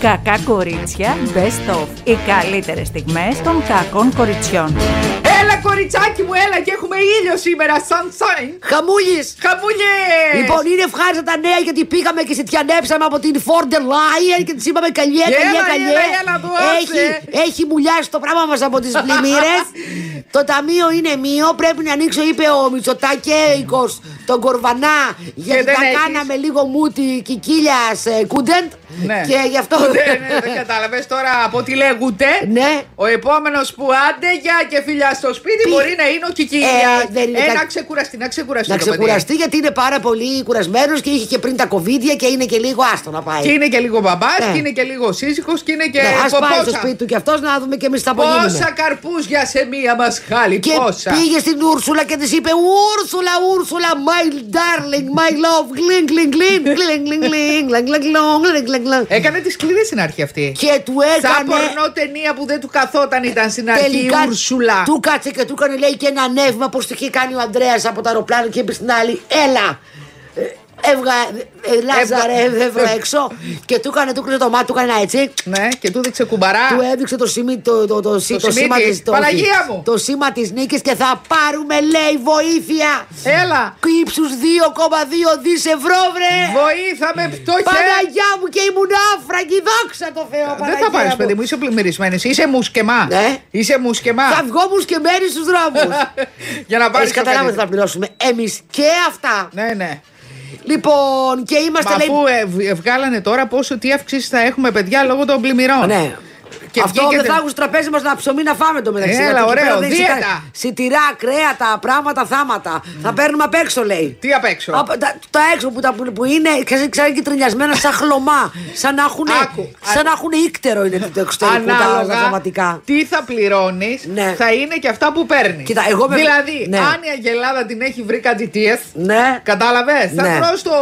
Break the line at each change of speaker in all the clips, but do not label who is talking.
Κακά κορίτσια, best of. Οι καλύτερες στιγμές των κακών κοριτσιών.
Έλα, κοριτσάκι μου, έλα και έχουμε ήλιο σήμερα. Sunshine.
Χαμούλης!
Χαμούλιε!
Λοιπόν, είναι ευχάριστα τα νέα γιατί πήγαμε και σε τιανέψαμε από την Φόρντερ Λάιεν και της είπαμε καλιέ,
Έλα,
καλιέ,
έλα,
καλιέ.
έλα, δώσε.
Έχει, έχει μουλιάσει το πράγμα μας από τις πλημμύρες. το ταμείο είναι μείο. Πρέπει να ανοίξω, είπε ο Μητσοτάκέικο, τον Κορβανά. Γιατί
δεν
τα
έχεις.
κάναμε λίγο μούτι κικίλιας κούντεντ.
Ναι.
Και γι' αυτό.
ναι, ναι, δεν κατάλαβες τώρα από τι λέγονται.
Ναι.
Ο επόμενος που άντε για και φιλιά στο σπίτι
Πι-
μπορεί να είναι ο Κικίλια.
Ε, δεν είναι
ε,
κα-
να ξεκουραστεί, να ξεκουραστεί.
Να
το παιδί.
ξεκουραστεί γιατί είναι πάρα πολύ κουρασμένος και είχε και πριν τα κοβίδια και είναι και λίγο άστο να πάει.
Και είναι και λίγο μπαμπάς,
Ναι.
και είναι και λίγο σύζυγος, και είναι και.
Ναι, ας
πο-
πάει στο
πόσα-
σπίτι του και αυτός να δούμε και εμείς τα απογίνουμε.
Πόσα καρπούζια σε μία μας χάλη,
Και
πόσα.
πήγε στην Ούρσουλα και της είπε Ούρσουλα, Ούρσουλα, my darling, my love, γκλιν, γκλιν, γκλιν, γκλιν, γκλιν, γκλιν, γκλιν, γκλιν, γκλιν, γκλιν, γκλιν.
Έκανε τη σκληρή στην αρχή αυτή.
Και του
Ε, Σαν
έκανε
πορνό ταινία που δεν του καθόταν ήταν στην αρχή η
τελικά.
Ούρσουλα.
Του κάτσε και του έκανε λέει και ένα ανέβημα πως το είχε κάνει ο Ανδρέας από το αεροπλάνο και είπε στην άλλη Έλα, ε, έβγα, ε, Λάζαρε,
Έβγα-
έβγα έξω και του έκανε, του κλείνει το μάτι, του έκανε ένα έτσι
Ναι, και του δείξε κουμπαρά.
Του έδειξε το, σημεί, το, το, το, σι-
Το
το
σημεί
σήμα
της.
της, το,
Παναγία μου.
το σήμα της νίκης και θα πάρουμε λέει βοήθεια
Έλα,
ύψου 2,2 δις ευρώ, βρε!
βοήθαμε
Ε,
πτώχεια.
Παναγιά μου και ήμουν άφραγη, δόξα το Θεό,
Ε, Δεν
Παναγιά
θα πάρεις,
μου.
παιδί μου, είσαι πλημμυρισμένης. Είσαι μουσκεμά.
Ναι.
Είσαι μουσκεμά.
Θα βγω μου και μέρη στους
Ε,
δρόμους.
Για να πάρεις.
Εσύ καταλάβει ότι θα πληρώσουμε εμείς και αυτά.
Ναι, ναι.
Λοιπόν, και είμαστε
Μα
λέει...
αφού ε, βγ- ε, βγάλανε τώρα πόσο τι αυξήσεις θα έχουμε, παιδιά, λόγω των πλημμυρών.
Ναι.
Και
Αυτό
βγήκε
δεν θα
τε-
έχουν στο τραπέζι μας να ψωμί να φάμε το μεταξύ.
Έλα,
γιατί εκεί
ωραίο,
πέρα δεν έχει
δίαιτα. Ναι.
κα- Σιτηρά, κρέατα, πράγματα, θάματα. Θα παίρνουμε απ' έξω, λέει.
Τι απ' έξω.
Απ' τα, τα έξω που, τα, που είναι ξανακυτρινιασμένα σαν χλωμά. Σαν να έχουν,
Άκου, α-
σαν να έχουν ύκτερο είναι το εξωτερικό τα
Ανάλογα
δραματικά.
τι θα πληρώνεις,
Ναι.
θα είναι και αυτά που παίρνεις.
Κοίτα, εγώ με-
Δηλαδή,
ναι.
αν η Αγελάδα την έχει βρει κάτι τίεθ,
Ναι,
κατάλαβες, θα
Ναι.
τρως το,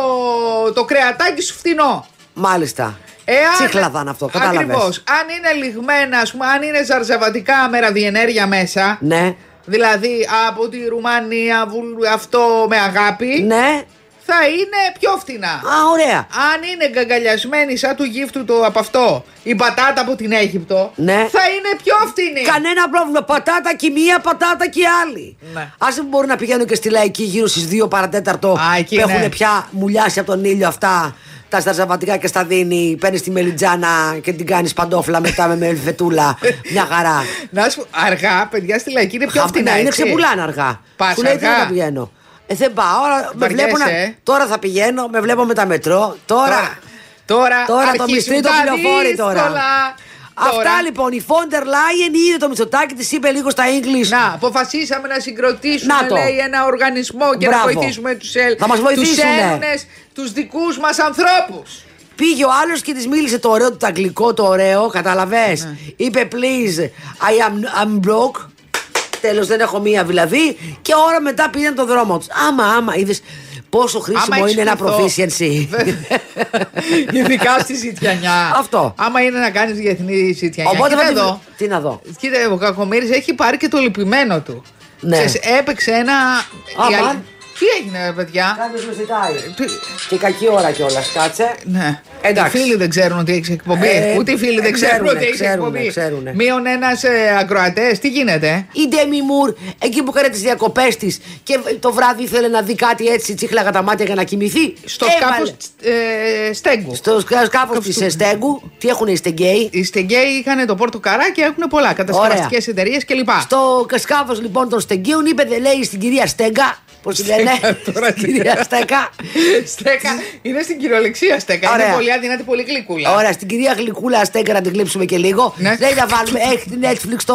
το κρεατάκι σου φθηνό.
μάλιστα.
Εάν...
Τσίχλαδα είναι αυτό, κατάλαβες.
Ακριβώς. Αν είναι λιγμένα, ας πούμε, αν είναι ζαρζαβατικά με ραδιενέργεια μέσα.
Ναι,
Δηλαδή από τη Ρουμανία, βουλ- αυτό με αγάπη,
ναι.
θα είναι πιο φθηνά.
Α, ωραία.
Αν είναι γκαγκαλιασμένη σαν του γύφτου το από αυτό η πατάτα από την Αίγυπτο,
Ναι.
θα είναι πιο φθηνή.
Κανένα πρόβλημα. Πατάτα και μία, πατάτα και άλλη.
Ναι.
Άσε που μπορούν να πηγαίνουν και στη λαϊκή γύρω στις 2 παρατέταρτο.
Α, εκεί,
που έχουν
ναι.
πια μουλιάσει από τον ήλιο αυτά τα σταρζαβατικά και στα δίνει. Παίρνεις τη μελιτζάνα και την κάνεις παντόφλα μετά με μελφετούλα. Μια χαρά.
Να σου πω, αργά, παιδιά στη λαϊκή είναι πιο
Χα-
φθηνά.
ναι, είναι
έτσι.
ξεπουλάνε αργά.
Πας
Σου λέει τι
αργά.
να πηγαίνω. Ε, δεν πάω. Άρα με
Βαριέσαι,
βλέπω να-
ε.
Τώρα θα πηγαίνω, με βλέπω με τα μετρό. Τώρα.
Τώρα, τώρα,
Τώρα το
αρχίζουν
μυστρή το
τα
πληροφόρει τώρα.
δύσκολα. Τώρα.
Αυτά λοιπόν. Η Φόντερ Λάιεν είδε το Μητσοτάκη, της είπε λίγο στα English.
Να, αποφασίσαμε να συγκροτήσουμε
Να το.
λέει, ένα οργανισμό και να
Μπράβο.
βοηθήσουμε τους Έλληνε.
Θα μας
Τους
βοηθήσουνε.
Έλληνες, τους δικούς μας ανθρώπους.
Πήγε ο άλλος και της μίλησε το ωραίο του, το αγγλικό, το ωραίο, καταλαβέ.
Ναι.
Είπε, please, I am I'm broke. Τέλος, δεν έχω μία δηλαδή. Και ώρα μετά πήγαινε το δρόμο τους. Άμα, άμα, είδες πόσο χρήσιμο
έχεις
είναι ένα
πληθό-
proficiency.
Ειδικά στη Ζητιανιά.
Αυτό.
Άμα είναι να κάνεις διεθνή Ζητιανιά.
Οπότε
Κοίτα
θα την-
εδώ.
Τι να δω.
Κοίτα, ο Κακομοίρης έχει πάρει και το λυπημένο του.
Ναι.
Ξέρεις, έπαιξε ένα.
Α,
η άλλη-
μαν.
Τι έγινε, ρε, παιδιά.
Κάποιος με ζητάει.
Τι-
Και κακή ώρα κιόλας, κάτσε.
Ναι.
Εντάξει.
Οι φίλοι δεν ξέρουν ότι έχεις εκπομπή.
Ε,
Ούτε οι φίλοι δεν ξέρουν,
ξέρουνε,
ότι έχει
ξέρουνε,
εκπομπή.
ξέρουνε.
Μείον ένας ακροατές, τι γίνεται. ε?
Η Ντέμι Μουρ, εκεί που έκανε τις διακοπές της και το βράδυ ήθελε να δει κάτι έτσι, τσίχλαγα τα μάτια για να κοιμηθεί.
Στο
Έβαλε-
σκάφος ε, Στέγκου.
Στο σκάφος της Στέγκου, τι έχουν οι Στεγκέοι.
Οι Στεγκέοι είχαν το Πόρτο Καρά και έχουν πολλά κατασκευαστικές εταιρείες κλπ.
Στο σκάφος λοιπόν των Στεγκίων είπε, δε λέει στην κυρία Στέγκα. Πώς τη λένε,
τώρα
στην
τι-
κυρία Στέγκα.
Στέκα. Είναι στην κυριολεξία Στέκα.
Ωραία.
Είναι πολύ αδυνατή, πολύ γλυκούλα.
Ωραία, στην κυρία Γλυκούλα Στέγκα να την κλέψουμε και λίγο.
Ναι.
Λέει να βάλουμε, ε, έχει την Netflix το.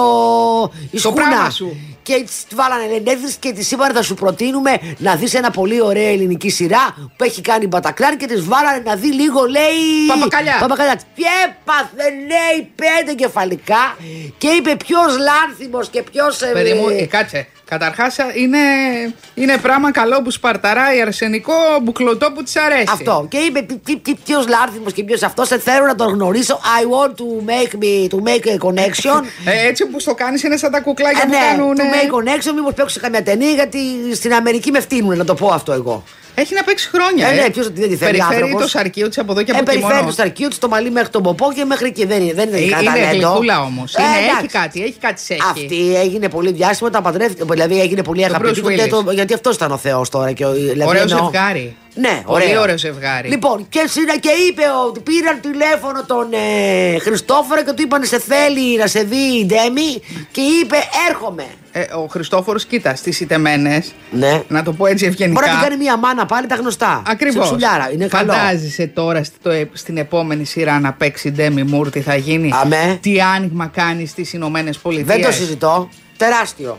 η
Το
σκούνα.
πράγμα σου.
Και της τη βάλανε λέει, Netflix και τη είπαν θα σου προτείνουμε να δεις ένα πολύ ωραία ελληνική σειρά που έχει κάνει η Μπατακλάν και της βάλανε να δει λίγο, λέει.
Παπακαλιά.
Παπακαλιά. Και έπαθε, λέει, πέντε κεφαλικά και είπε ποιος λάνθιμος και ποιος.
Παιδί μου, ε, κάτσε. Καταρχάς είναι, είναι πράγμα καλό που σπαρταράει αρσενικό μπουκλωτό που της αρέσει.
Αυτό. Και είπε ποιος λάρθιμος και ποιος αυτός. Σε θέλω να τον γνωρίσω. I want to make, me, to make a connection.
Ε, έτσι όπω το κάνεις είναι σαν τα κουκλάκια
Ε,
που
ναι,
κάνουν.
to make connection. Μήπως παίξω σε καμιά ταινία γιατί στην Αμερική με φτύνουν να το πω αυτό εγώ.
Έχει να παίξει χρόνια.
Ε, ναι, ποιος δεν τη θέλει
Περιφέρει
άνθρωπος.
το σαρκείο της από εδώ και
Ε,
από εκεί
περιφέρει
μόνο.
το σταρκείο της, το μαλλί μέχρι τον ποπό και μέχρι εκεί. Δεν, είναι- δεν είναι
Ε,
κανένα
Είναι
ταλέντο.
γλυκούλα όμως.
Ε,
Έχει
εντάξει.
κάτι, έχει κάτι σε έχει.
Αυτή έγινε πολύ διάσημη όταν παντρεύτηκε. Δηλαδή έγινε πολύ αγαπητή.
Bruce
Γιατί,
Willis.
το- γιατί αυτός ήταν ο Θεός τώρα. Και, ο- δηλαδή,
Ωραίος
εννοώ-
ζευγάρι.
Ναι,
Πολύ
ωραίο.
ωραίο ζευγάρι.
Λοιπόν, και, συνα- και είπε ότι πήραν τηλέφωνο τον ε, Χριστόφορο και του είπαν σε θέλει να σε δει η Ντέμι και είπε έρχομαι.
Ε, ο Χριστόφορος, κοίτα, στις ητεμένε.
Ναι.
Να το πω έτσι ευγενικά.
Μπορεί να την κάνει μια μάνα πάλι τα γνωστά.
Ακριβώς.
Ψουλιάρα, είναι καλό.
Φαντάζεσαι τώρα στο, ε, στην επόμενη σειρά να παίξει Ντέμι Μουρ τι θα γίνει.
Αμέ.
Τι άνοιγμα κάνει στις Ηνωμένες Πολιτείε.
Δεν το συζητώ. Τεράστιο.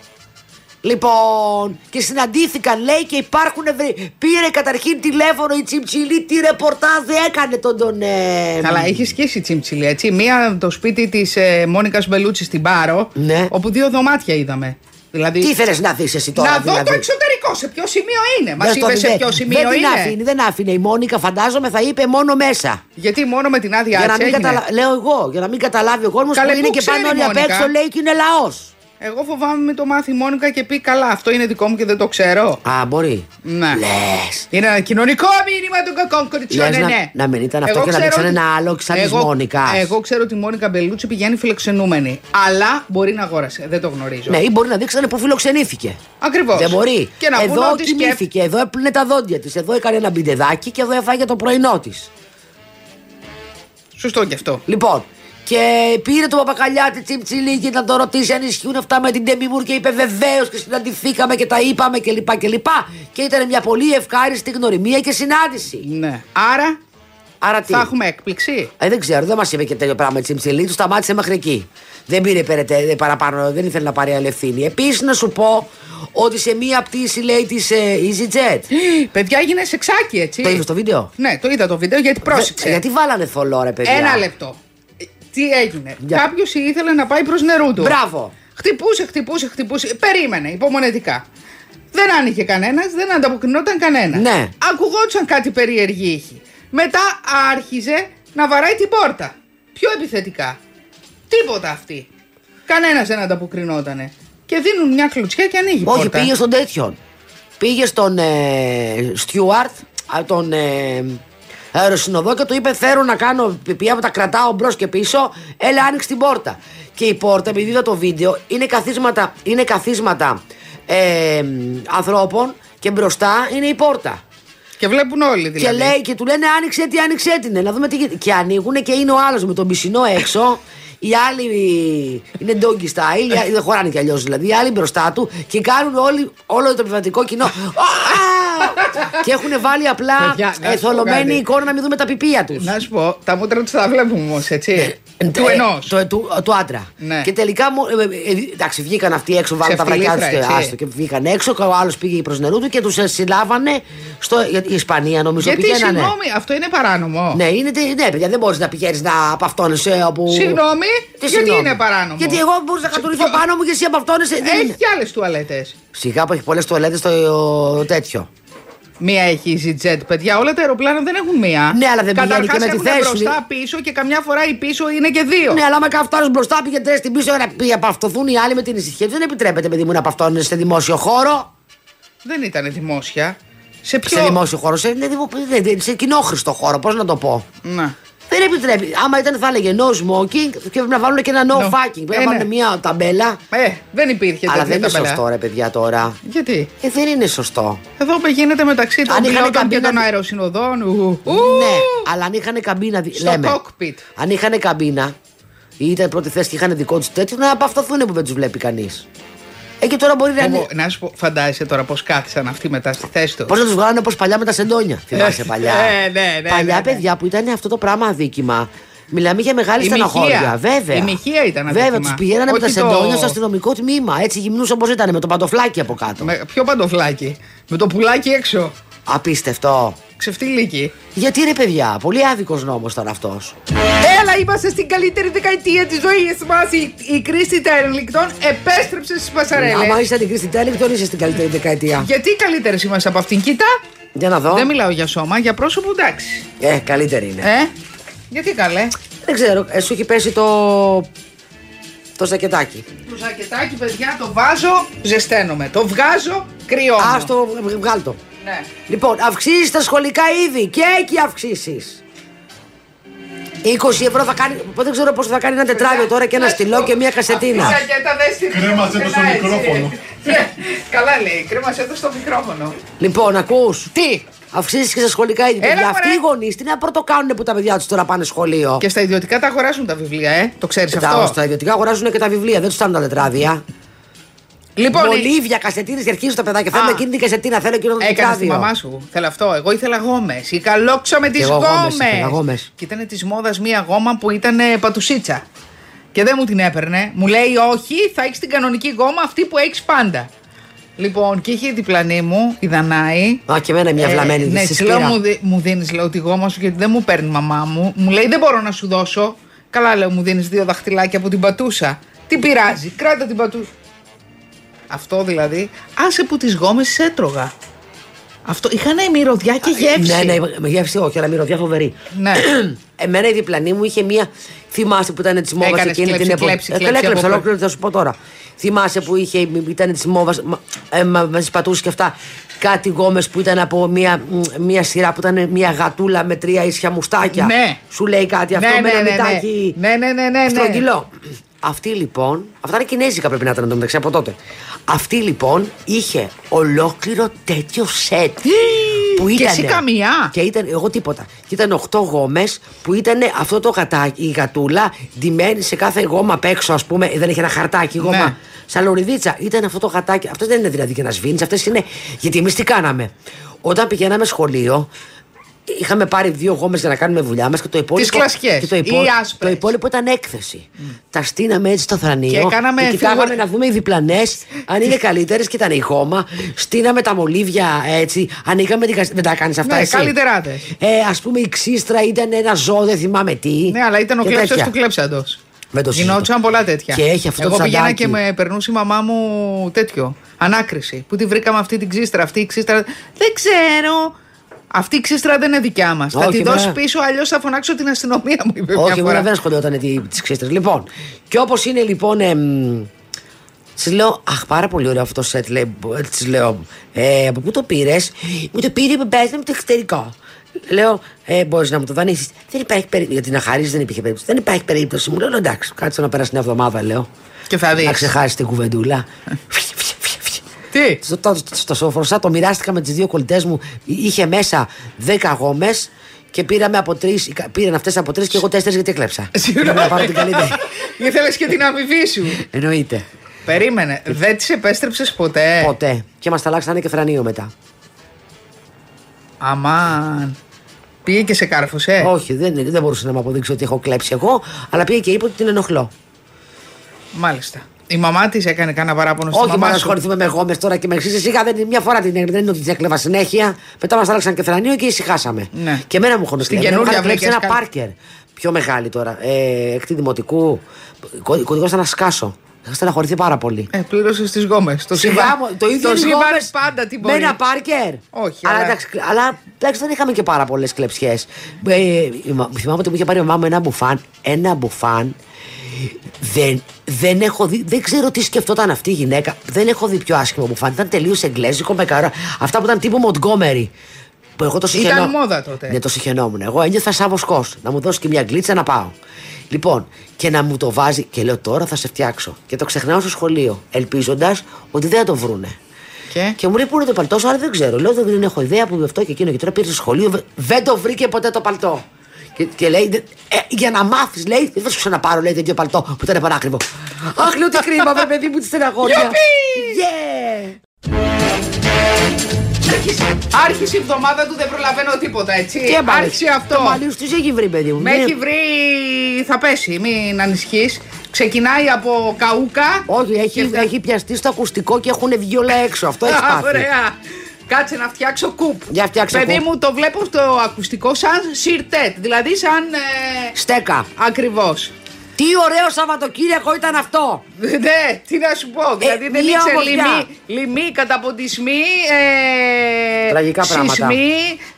Λοιπόν, και συναντήθηκαν λέει και υπάρχουν. ευρύ- Πήρε καταρχήν τηλέφωνο η Τσιμψιλή, τι ρεπορτάζ έκανε τον. τον ε,
Καλά, έχεις σκίσει τσιμψιλή, έτσι. Μία το σπίτι της ε, Μόνικας Μπελούτσι στην Πάρο.
Ναι.
Όπου δύο δωμάτια είδαμε. Δηλαδή.
Τι ήθελε να δεις εσύ τώρα,
να δω
δηλαδή.
το εξωτερικό, σε ποιο σημείο είναι. Μα
Δεν στο
είπες σε
δει-
ποιο σημείο
δεν την
είναι.
άφηνε, δεν άφηνε. Η Μόνικα, φαντάζομαι, θα είπε μόνο μέσα.
Γιατί μόνο με την άδειά
για να
τη
μην καταλα... Λέω εγώ, για να μην καταλάβει ο κόσμος που
Καλέ,
είναι
πού
και
ξέρει
πάνω
η
όλοι απ'
Μόνικα?
έξω λέει και είναι λαός.
Εγώ φοβάμαι με το μάθει η Μόνικα και πει καλά, αυτό είναι δικό μου και δεν το ξέρω.
Α, μπορεί.
Ναι.
Λες.
Είναι ένα κοινωνικό μήνυμα των κακών κοριτσιών.
Λες
ναι,
να-
ναι.
να μην ήταν αυτό
Εγώ
και να
ξέρω
παίξανε
ότι-
ένα άλλο σαν της
εγώ-
Μόνικας.
Εγώ ξέρω ότι η Μόνικα Μπελούτσι πηγαίνει φιλοξενούμενη. Αλλά μπορεί να αγόρασε. Δεν το γνωρίζω.
Ναι, ή μπορεί να δείξανε που φιλοξενήθηκε.
Ακριβώς.
Δεν μπορεί.
Και να πούνε
εδώ
ότι σκέφτεται.
κοιμήθηκε, εδώ έπλυνε τα δόντια της, εδώ έκανε ένα μπιντεδάκι και εδώ έφαγε το πρωινό της.
Σωστό και αυτό.
Λοιπόν, και πήρε το παπακαλιά τη τσιμψιλίκη να το ρωτήσει αν ισχύουν αυτά με την Ντέμι Μουρ και είπε βεβαίως και συναντηθήκαμε και τα είπαμε κλπ. Και, λοιπά και, λοιπά. και ήταν μια πολύ ευχάριστη γνωριμία και συνάντηση.
Ναι. Άρα
Άρα τι.
θα έχουμε έκπληξη.
Ε, δεν ξέρω, δεν μας είπε και τέτοιο πράγμα η τσιμψιλή, του σταμάτησε μέχρι εκεί. Δεν πήρε περαιτέρω, ε, παραπάνω, δεν ήθελε να πάρει άλλη ευθύνη. Επίσης να σου πω ότι σε μία πτήση λέει της EasyJet.
Παιδιά έγινε σεξάκι, έτσι.
Το είδες στο βίντεο.
Ναι, το είδα το βίντεο γιατί πρόσεξε.
Δε- Γιατί βάλανε θολό, ρε παιδιά.
Ένα λεπτό. Ε, Τι έγινε.
Για-
Κάποιος ήθελε να πάει προς νερού του.
Μπράβο.
Χτυπούσε, χτυπούσε, χτυπούσε. Περίμενε, υπομονετικά. Δεν άνοιγε κανένας, δεν ανταποκρινόταν κανένας.
Ναι.
Ακουγόντουσαν κάτι περίεργη ήχη. Μετά άρχιζε να βαράει την πόρτα. Πιο επιθετικά. Τίποτα αυτή. Κανένας δεν ανταποκρινότανε. Και δίνουν μια κλωτσιά και ανοίγει η
Όχι,
πόρτα.
πήγε στον τέτοιον. Πήγε στον ε, Στιουαρτ, α, τον ε, αεροσυνοδό και του είπε: Θέλω να κάνω πιπιά που τα κρατάω μπρος και πίσω. Έλα, άνοιξε την πόρτα. Και η πόρτα, επειδή είδα το βίντεο, είναι καθίσματα, είναι καθίσματα ε, ανθρώπων και μπροστά είναι η πόρτα.
Και βλέπουν όλοι δηλαδή.
Και, λέει, και του λένε άνοιξε τι, άνοιξε τι. Ναι, να δούμε τι γίνεται. Και ανοίγουν και είναι ο άλλος με τον πισινό έξω. Οι άλλοι είναι doggy style, οι άλλοι- δεν χωράνε κι αλλιώς δηλαδή. Οι άλλοι μπροστά του και κάνουν όλοι, όλο το επιβατικό κοινό. «Α!» και έχουν βάλει απλά
Παιδιά, να σου πω
εθολωμένη
κάτι.
εικόνα να μην δούμε τα πιπία του.
Να σου πω, τα μούτρα του τα βλέπουμε όμω, έτσι. του ενό.
Ναι, ε, Το, του, του άντρα.
Ναι.
Και τελικά. μου- ε, ε, ε, εντάξει, βγήκαν αυτοί έξω, βάλαν τα βρακιά του
Ξεφτυλίστρα,
και
έτσι.
άστο. Και βγήκαν έξω. Και ο άλλο πήγε προ νερού του και του συλλάβανε στο. γιατί Η Ισπανία νομίζω
Γιατί
πηγαίνανε.
συγγνώμη, αυτό είναι παράνομο.
Ναι, είναι, τε- ναι, παιδιά, δεν μπορεί να πηγαίνει να απαυτώνεσαι όπου.
Συγγνώμη,
Τι
γιατί
συγγνώμη?
είναι παράνομο.
Γιατί εγώ μπορούσα να κατουρηθώ
ποιο-
πάνω μου και εσύ απαυτώνεσαι. Δεν
Έχει
είναι.
και άλλες τουαλέτες.
Σιγά που έχει πολλές τουαλέτες στο τέτοιο.
Μία έχει η EasyJet, παιδιά. Όλα τα αεροπλάνα δεν έχουν μία.
Ναι, αλλά δεν πηγαίνει
Καταρχάς,
και με τη
έχουν
θέση.
μπροστά, πίσω και καμιά φορά η πίσω είναι και δύο.
Ναι, αλλά άμα καυτάρεις μπροστά πήγε τρε την πίσω να πει- απαυτοθούν οι άλλοι με την ησυχία τους. Δεν επιτρέπεται, παιδί μου, να απαυτώνεσαι σε δημόσιο χώρο.
Δεν ήταν δημόσια. Σε ποιο.
Σε δημόσιο χώρο, σε, ναι, δημο- ναι, ναι, σε κοινόχρηστο χώρο, πώς να το πω.
Να.
Δεν επιτρέπει. Άμα ήταν, θα έλεγε no smoking και πρέπει να βάλουν και ένα no,
No.
fucking. Πρέπει
Ε,
να
ναι.
βάλουν μια ταμπέλα.
Ε, δεν υπήρχε
αλλά
τέτοια
δεν είναι
ταμπελά.
σωστό, ρε παιδιά τώρα.
Γιατί.
Ε, δεν είναι σωστό.
Εδώ που γίνεται μεταξύ των
Αν είχαν
πιλότων και
καμπίνα-
των αεροσυνοδών. Ου, ου,
Ναι, αλλά αν είχαν καμπίνα. δι-
Στο
λέμε,
cockpit.
Αν είχαν καμπίνα ή ήταν πρώτη θέση και είχαν δικό τους τέτοιο, να απαυταθούν που δεν τους βλέπει κανείς. Ε, και τώρα μπορεί να είναι.
Όπου, να σου πω, φαντάζεσαι τώρα πώς κάθισαν αυτοί μετά στη θέση τους.
Πώς να τους βγάλανε όπως παλιά με τα σεντόνια. Θυμάσαι παλιά.
ε, ναι, ναι,
παλιά
ναι, ναι.
παιδιά που ήταν αυτό το πράγμα αδίκημα. Μιλάμε για μεγάλη
Η
στεναχώρια.
μοιχεία.
Βέβαια.
Η μοιχεία ήταν
Βέβαια,
αδίκημα.
τους πηγαίνανε με τα
Όχι το-
σεντόνια στο αστυνομικό τμήμα. Έτσι γυμνούσε όπως ήταν με το παντοφλάκι από κάτω.
Με ποιο παντοφλάκι. Με το πουλάκι έξω.
Απίστευτο.
Ξεφτυλίκι.
Γιατί ρε παιδιά, πολύ άδικος νόμος ήταν αυτός.
Έλα, είμαστε στην καλύτερη δεκαετία της ζωής μας. Η, η κρίση τελικτών επέστρεψε στις πασαρέλες.
Άμα είσαι την Κρίστη Τέλικ, τον είσαι στην καλύτερη δεκαετία.
Γιατί καλύτερες είμαστε από αυτήν, κοίτα.
Για να δω.
Δεν μιλάω για σώμα, για πρόσωπο εντάξει.
Ε, καλύτερη είναι.
Ε, γιατί καλέ.
Δεν ξέρω, ε, σου έχει πέσει το. το σακετάκι.
Το ζακετάκι, παιδιά, το βάζω, ζεσταίνομαι. Το βγάζω, κρυώνω.
Α το βγάλω το.
Ναι.
Λοιπόν, αυξήσεις τα σχολικά είδη και εκεί αυξήσεις. 20 ευρώ θα κάνει. Πότε δεν ξέρω πόσο θα κάνει ένα τετράδιο τώρα και ένα
Να σου
στυλό
πω,
και μια κασετίνα.
αυτή η ζακέτα δεν στη-
Κρέμασε το στο
δεν έτσι.
μικρόφωνο.
Ναι, Καλά λέει, κρέμασε το στο μικρόφωνο.
Λοιπόν, ακούς.
Τι.
Αυξήσεις και στα σχολικά είδη.
Έλα,
παιδιά.
μωρέ.
Αυτοί οι γονείς τι να πρωτοκάνουν που τα παιδιά τους τώρα πάνε σχολείο.
Και στα ιδιωτικά τα αγοράζουν τα βιβλία, ε. Το ξέρεις
τα,
αυτό.
στα ιδιωτικά αγοράζουν και τα βιβλία, δεν τους στάνουν τα τετράδια.
Λοιπόν,
Μολύβια, κασετίνε και αρχίζουν τα παιδάκια.
Α.
Θέλω εκείνη την κασετίνα, θέλω εκείνο το
Έκανες τη
τετράδιο.
μαμά σου. Θέλω αυτό. Εγώ ήθελα γόμες. Ή καλόξα με τις
εγώ γόμες ήθελα,
γόμες.
γόμες.
Και ήταν της μόδας μία γόμα που ήταν ε, πατουσίτσα. Και δεν μου την έπαιρνε. Μου λέει όχι, θα έχεις την κανονική γόμα αυτή που έχεις πάντα. Λοιπόν, και είχε η διπλανή μου, η Δανάη.
Α, και εμένα μια βλαμμένη
ναι,
της
της λέω, μου, δι- μου δίνεις λέω τη γόμα σου γιατί δεν μου παίρνει η μαμά μου. Μου λέει δεν μπορώ να σου δώσω. Καλά λέω μου δίνεις δύο δαχτυλάκια από την πατούσα. Τι πειράζει, κράτα την πατούσα. Αυτό δηλαδή, άσε που τις γόμες τις έτρωγα. Αυτό, είχαν μυρωδιά και γεύση.
Ναι, ναι, με γεύση όχι, αλλά μυρωδιά φοβερή.
Ναι.
Εμένα η διπλανή μου είχε μία. Θυμάσαι που ήταν της μόβα
Έκανες
εκείνη
κλέψη,
την εποχή. Ε,
κλέψη, κλέψη
Έκλεψα
από πρώτη.
ολόκληρη, θα σου πω τώρα. Θυμάσαι που είχε, ήταν της μόβα ε, μα- με τις πατούσες και αυτά. Κάτι γόμες που ήταν από μία, μ, μία σειρά που ήταν μία γατούλα με τρία ίσια μουστάκια.
Ναι.
Σου λέει κάτι αυτό
Ναι,
με
ναι,
ένα
ναι, ναι.
μυτάκι.
Ναι, ναι, ναι, ναι, ναι.
στρογγυλό. Αυτή λοιπόν. Αυτά είναι κινέζικα πρέπει να ήταν το μεταξύ από τότε. Αυτή λοιπόν είχε ολόκληρο τέτοιο σετ. Που
Και
ήταν,
εσύ καμιά.
Και ήταν, εγώ τίποτα. Και ήταν 8 γόμες που ήταν αυτό το γατάκι, η γατούλα, ντυμένη σε κάθε γόμα απ' έξω, ας πούμε. Δεν είχε ένα χαρτάκι, γόμα.
Ναι.
Σαν λωριδίτσα. Ήταν αυτό το γατάκι. Αυτός δεν είναι δηλαδή για να σβήνει, αυτές είναι. Γιατί εμείς τι κάναμε. Όταν πηγαίναμε σχολείο, είχαμε πάρει δύο γόμες για να κάνουμε δουλειά μας και το υπόλοιπο.
κλασικές
και το,
ή
υπόλοιπο, το
άσπρες. Mm.
υπόλοιπο ήταν έκθεση. Τα στείναμε έτσι στο θρανίο.
Και κάναμε
κοιτάγαμε
φιγουρα-
να δούμε οι διπλανές, αν είναι καλύτερες και ήταν η γόμα. Στείναμε τα μολύβια έτσι. Ανοίγαμε την. κασ- Δεν τα κάνεις αυτά.
Ναι,
εσύ.
καλυτεράδες.
Ε, Ας πούμε η ξύστρα ήταν ένα ζώο, δεν θυμάμαι τι.
Ναι, αλλά ήταν ο
και
κλέψας
τέτοια.
του κλέψαντος.
Δεν το συζητώ.
Γινόντουσαν πολλά τέτοια.
Και έχει αυτό το
Εγώ πήγαινα
τσαντάκι.
και με περνούσε η μαμά μου τέτοιο. Ανάκριση. Που τη βρήκαμε αυτή την ξύστρα. Αυτή η ξύστρα. Δεν ξέρω. Αυτή η ξύστρα δεν είναι δικιά μας. Θα
Όχι,
τη
βέβαια.
δώσει πίσω, αλλιώς θα φωνάξω την αστυνομία μου, είπε
Όχι,
μια
εγώ
φορά.
δεν ασχολιόταν τις ξύστρες. Λοιπόν, και όπως είναι λοιπόν. εμ, Της λέω, Αχ, πάρα πολύ ωραίο αυτό το σετ. Της λέω, «Ε, Από πού το πήρες, Μου το πήρε η μπαμπάς μου από το εξωτερικό. Λέω, ε, Μπορείς να μου το δανείσεις. Δεν υπάρχει περίπτωση. Γιατί να χαρίζεις, δεν υπήρχε περίπτωση. Δεν υπάρχει περίπτωση. Μου λέω, «Λέω, Εντάξει, κάτσε να περάσει μια εβδομάδα, λέω.
Και θα δει.
Να ξεχάσεις την κουβεντούλα.
Τι.
Στο, το, στο σοφροσά το μοιράστηκα με τις δύο κολλητές μου. Είχε μέσα 10 γόμες και πήραμε από τρεις, πήραν αυτές από τρεις και εγώ τέσσερις γιατί έκλεψα.
Ε,
Πρέπει να πάρω την καλύτερη.
Ήθελες και την αμοιβή σου.
Εννοείται.
Περίμενε. Δεν τη επέστρεψες ποτέ.
Ποτέ. Και μας τα αλλάξανε και φρανείο μετά.
Αμάν. Πήγε και σε κάρφωσε.
Όχι, δεν, δεν μπορούσε να μου αποδείξει ότι έχω κλέψει εγώ, αλλά πήγε και είπε ότι την ενοχλώ.
Μάλιστα. Η μαμά της έκανε κανένα παράπονο στη
Όχι,
μαμά
μα να
σου.
ασχοληθούμε με γόμες τώρα και με εξή. Σιγά δεν είναι μια φορά την έγινε, δεν είναι ότι την έκλεβα συνέχεια. Μετά μας άλλαξαν και θρανείο και ησυχάσαμε.
Ναι.
Και εμένα μου χωνοσκλέβει.
Στην καινούρια
βρήκε ένα
βρήκες κάτι.
πάρκερ. Πιο μεγάλη τώρα. Ε, εκ τη δημοτικού. Κωδικός ήταν να σκάσω. Είχα στεναχωρηθεί πάρα πολύ.
Ε, πλήρωσες τις γόμες. Το
Σιγά
σύμπαν-
μου, το ίδιο
το
είναι οι
σύμπαν
γόμες
πάντα την
Με
μπορεί.
ένα πάρκερ.
Όχι,
Αλλά,
αλλά-
εντάξει, αλλά εντάξει, δεν είχαμε και πάρα πολλές κλεψιέ. Ε, η μα- θυμάμαι ότι μου είχε πάρει η μαμά μου ένα μπουφάν. Ένα μπουφάν. Δεν, δεν, έχω δει, δεν ξέρω τι σκεφτόταν αυτή η γυναίκα. Δεν έχω δει πιο άσχημο μπουφάν. Ήταν τελείως εγγλέζικο με καρά. Αυτά που ήταν τύπου Μοντγκόμερι. Που εγώ το συχαινό...
μόδα τότε.
Ναι, το συχαινόμουν. Εγώ ένιωθα σαν βοσκός. Να μου δώσει και μια γκλίτσα να πάω. Λοιπόν, και να μου το βάζει και λέω τώρα θα σε φτιάξω. Και το ξεχνάω στο σχολείο, ελπίζοντας ότι δεν θα το βρούνε.
Και?
Και μου λέει πού είναι το παλτό σου, άρα δεν ξέρω. Λέω δεν έχω ιδέα που αυτό και εκείνο. Και τώρα πήρε στο σχολείο, βε- δεν το βρήκε ποτέ το παλτό. Και, και λέει, «Δε- ε, για να μάθεις, λέει, δεν θα σου ξαναπάρω, λέει, τέτοιο παλτό που ήταν πανάκριβο. Αχ, λέω τι κρίμα, βρε παιδί μου, τη στεναχώρια. Yeah!
Άρχισε, άρχισε η εβδομάδα του, δεν προλαβαίνω τίποτα, έτσι.
Τι έπαθες?
Ε, άρχισε αυτό.
Το μαλλί σου τι έχει βρει, παιδί μου. Ναι.
Με
Δεν-
έχει βρει. Θα πέσει, μην ανησυχείς. Ξεκινάει από καούκα.
Όχι, έχει,
Και-
έχει πιαστεί στο ακουστικό και έχουν βγει όλα έξω. Αυτό έχει
Α,
πάθει.
Ωραία. Κάτσε να φτιάξω κουπ.
Για φτιάξε
Παιδί
κουπ.
μου, το βλέπω στο ακουστικό σαν σιρτέτ. Δηλαδή σαν. Ε,
Στέκα.
Ακριβώς.
Τι ωραίο Σαββατοκύριακο ήταν αυτό.
Ναι, τι να σου πω. Δηλαδή δεν
μία
ήξερε
Ε, ομορφιά.
λιμή, λιμή, καταποντισμή, ε,
Τραγικά πράγματα.
σεισμοί.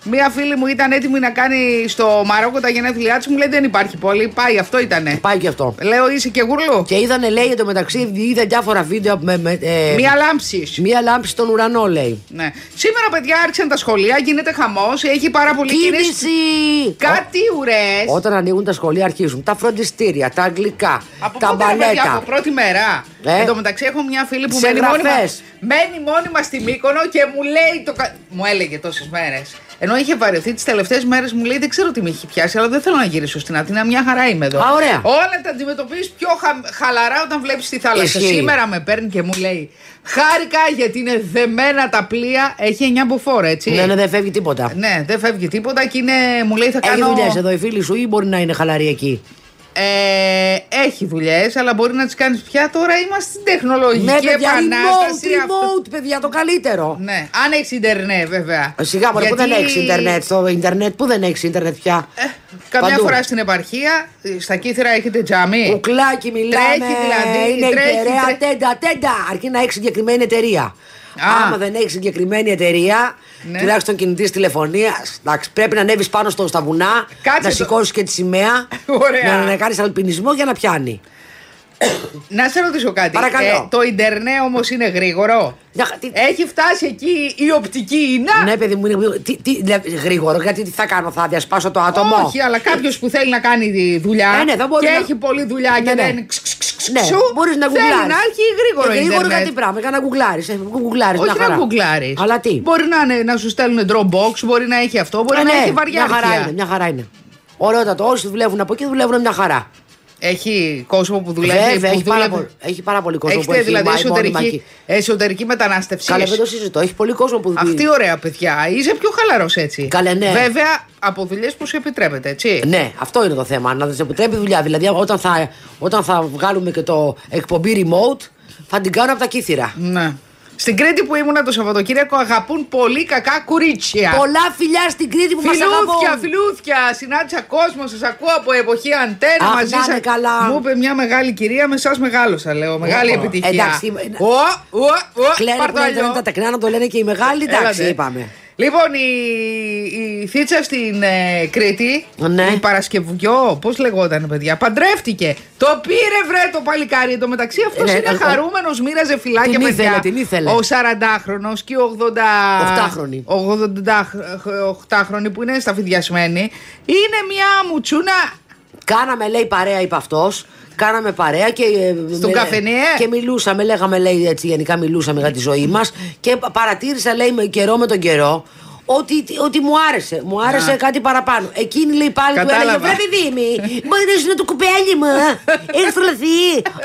Μία φίλη μου ήταν έτοιμη να κάνει στο Μαρόκο τα γενέθλιά της. Μου λέει δεν υπάρχει πόλη. Πάει, αυτό ήτανε.
Πάει και αυτό.
Λέω είσαι και γουρλού.
Και είδανε, λέει, εντωμεταξύ, είδα διάφορα βίντεο με. με ε,
Μία λάμψης.
μία λάμψη στον ουρανό, λέει.
Ναι. Σήμερα, παιδιά, άρχισαν τα σχολεία, γίνεται χαμός, έχει πάρα πολύ κίνηση.
Κίνηση!
Κάτι ουρέ.
Ό, όταν ανοίγουν τα σχολεία, αρχίζουν τα φροντιστήρια, τα αγγλικά,
Από
τα
πότε ρε παιδιά,
μπαλέτα.
από πρώτη μέρα.
Ε.
Εν τω μεταξύ, έχω μια φίλη που
Σε
μένει μόνη,
γραφές.
μας, μένει μόνη μας στη Μύκονο και μου λέει. Το... κα- Μου έλεγε τόσες μέρες. Ενώ είχε βαρεθεί τις τελευταίες μέρες, μου λέει: Δεν ξέρω τι με έχει πιάσει, αλλά δεν θέλω να γυρίσω στην Αθήνα. Μια χαρά είμαι εδώ.
Α, ωραία.
Όλα τα αντιμετωπίζεις πιο χα- χαλαρά όταν βλέπεις τη θάλασσα.
Ισχύει.
Σήμερα με παίρνει και μου λέει: Χάρηκα γιατί είναι δεμένα τα πλοία. Έχει 9 μποφόρ, έτσι.
Ναι, ναι, δεν φεύγει τίποτα.
Ναι, δεν φεύγει τίποτα και είναι, μου λέει θα
Έχει
κάνω.
δουλειές εδώ οι φίλοι σου ή μπορεί να είναι χαλαρή εκεί.
Ε, έχει δουλειές, αλλά μπορεί να τις κάνεις πια. Τώρα είμαστε στην τεχνολογική
Ναι, παιδιά, remote,
επανάσταση. αυτό-
remote, παιδιά, το καλύτερο.
Ναι, αν έχεις Ιντερνετ, βέβαια.
Ε, Σιγά μωρέ, που
Γιατί-
δεν έχεις Ιντερνετ. Στο Ιντερνετ, που δεν έχεις Ιντερνετ πια.
Ε, καμιά
Παντού.
φορά στην επαρχία, ε, στα κύθρα έχετε τζάμι.
Κουκλάκι μιλάμε.
Ε, Τρέχει δηλαδή,
Είναι
τρέχει,
κεραία
τρέ-
τέντα, τέντα. Αρκεί να έχεις συγκεκριμένη εταιρεία. Άμα δεν έχεις συγκεκριμένη εταιρεία,
Ναι.
τουλάχιστον κινητή τηλεφωνία, πρέπει να ανέβεις πάνω στο, στα βουνά,
Κάτσε
να
το-
σηκώσεις και τη σημαία,
Ωραία.
να, να κάνεις αλπινισμό για να πιάνει.
Να σε ρωτήσω κάτι. Ε,
Παρακαλώ.
το Ιντερνετ όμως είναι γρήγορο.
Μια χα- τι-
Έχει φτάσει εκεί η οπτική ινά.
Ναι, παιδί μου, είναι τι, τι, δηλαδή, γρήγορο, γιατί τι θα κάνω, θα διασπάσω το άτομο.
Όχι, αλλά κάποιος που θέλει να κάνει τη δουλειά
Ναι, ναι, θα μπορεί
και
να-
έχει πολλή δουλειά
Ναι,
και
ναι.
δεν. ξ, ξ, ξ, ξ,
Ναι,
ξου,
μπορείς να
Θέλει
γκουγκλάρει.
να έχει γρήγορο
Γρήγορο
Ιντερνετ.
κάτι πράγμα, για να ε, γκουγκλάρει.
Όχι να γκουγκλάρει.
Αλλά τι.
Μπορεί να, είναι, να σου στέλνουν Dropbox, μπορεί να έχει αυτό, μπορεί
Ε,
να
ναι,
έχει βαριά
Μια χαρά
αρχεία.
είναι, μια χαρά είναι. Ωραιότατο. Όσοι δουλεύουν από εκεί δουλεύουν μια χαρά.
Έχει κόσμο που δουλεύει.
Βέβαια,
που
έχει πάρα,
δουλεύει-
πολύ, έχει πάρα πολύ κόσμο
Έχετε δηλαδή
μάει μόνιμα
εσωτερική,
εκεί.
εσωτερική μετανάστευση.
Καλά, δεν το συζητώ. Έχει πολύ κόσμο που δουλεύει.
Αυτή ωραία, παιδιά. Είσαι πιο χαλαρός έτσι.
Καλέ, ναι.
Βέβαια, από δουλειές που σου επιτρέπεται, έτσι.
Ναι, αυτό είναι το θέμα. Να σε επιτρέπει δουλειά. Δηλαδή, όταν θα, όταν θα βγάλουμε και το εκπομπή remote, θα την κάνω από τα κύθυρα.
Ναι. Στην Κρήτη που ήμουνα το Σαββατοκύριακο αγαπούν πολύ κακά κουρίτσια.
Πολλά φιλιά στην Κρήτη που μας
Ναι. Φιλούθια,
αγαπούν.
φιλούθια! Συνάντησα κόσμο, σας ακούω από εποχή αντένα
Αχ,
μαζί
να
σας.
είναι καλά.
Μου είπε μια μεγάλη κυρία, με εσά μεγάλωσα, λέω. Μεγάλη
Ω,
επιτυχία.
εντάξει,
Ο, ο, ο,
Κλαίνε
πάρ'
που
το
λένε
αλλιώ.
τα τεκνά να το λένε και οι μεγάλοι. Εντάξει,
Έλατε.
είπαμε.
Λοιπόν, η, η Θίτσα στην ε, Κρήτη,
Ναι.
η Παρασκευιό, πώς λεγόταν, παιδιά, παντρεύτηκε. Το πήρε, βρε το παλικάρι. Εν τω μεταξύ, αυτός
Ναι,
είναι
ε, ο-
χαρούμενος, μοίραζε φυλάκια
Την
παιδιά.
ήθελε, την ήθελε.
Ο 40χρονο και η
8χρονη.
80... 88χρονη που είναι σταφυδιασμένη. Είναι μια μουτσούνα.
Κάναμε, λέει, παρέα, είπε αυτός. Κάναμε παρέα και. ε,
Στον καφενέ.
Και μιλούσαμε, λέγαμε, λέει, έτσι γενικά μιλούσαμε για τη ζωή μας. Και πα- παρατήρησα, λέει, με καιρό με τον καιρό, ότι, ότι μου άρεσε. Μου άρεσε κάτι παραπάνω. Εκείνη, λέει, πάλι του έλεγε,
Κατάλαβα.
Βρε, Δήμη, μπορεί να είναι το κουπέλι μου. Έχει τρελαθεί.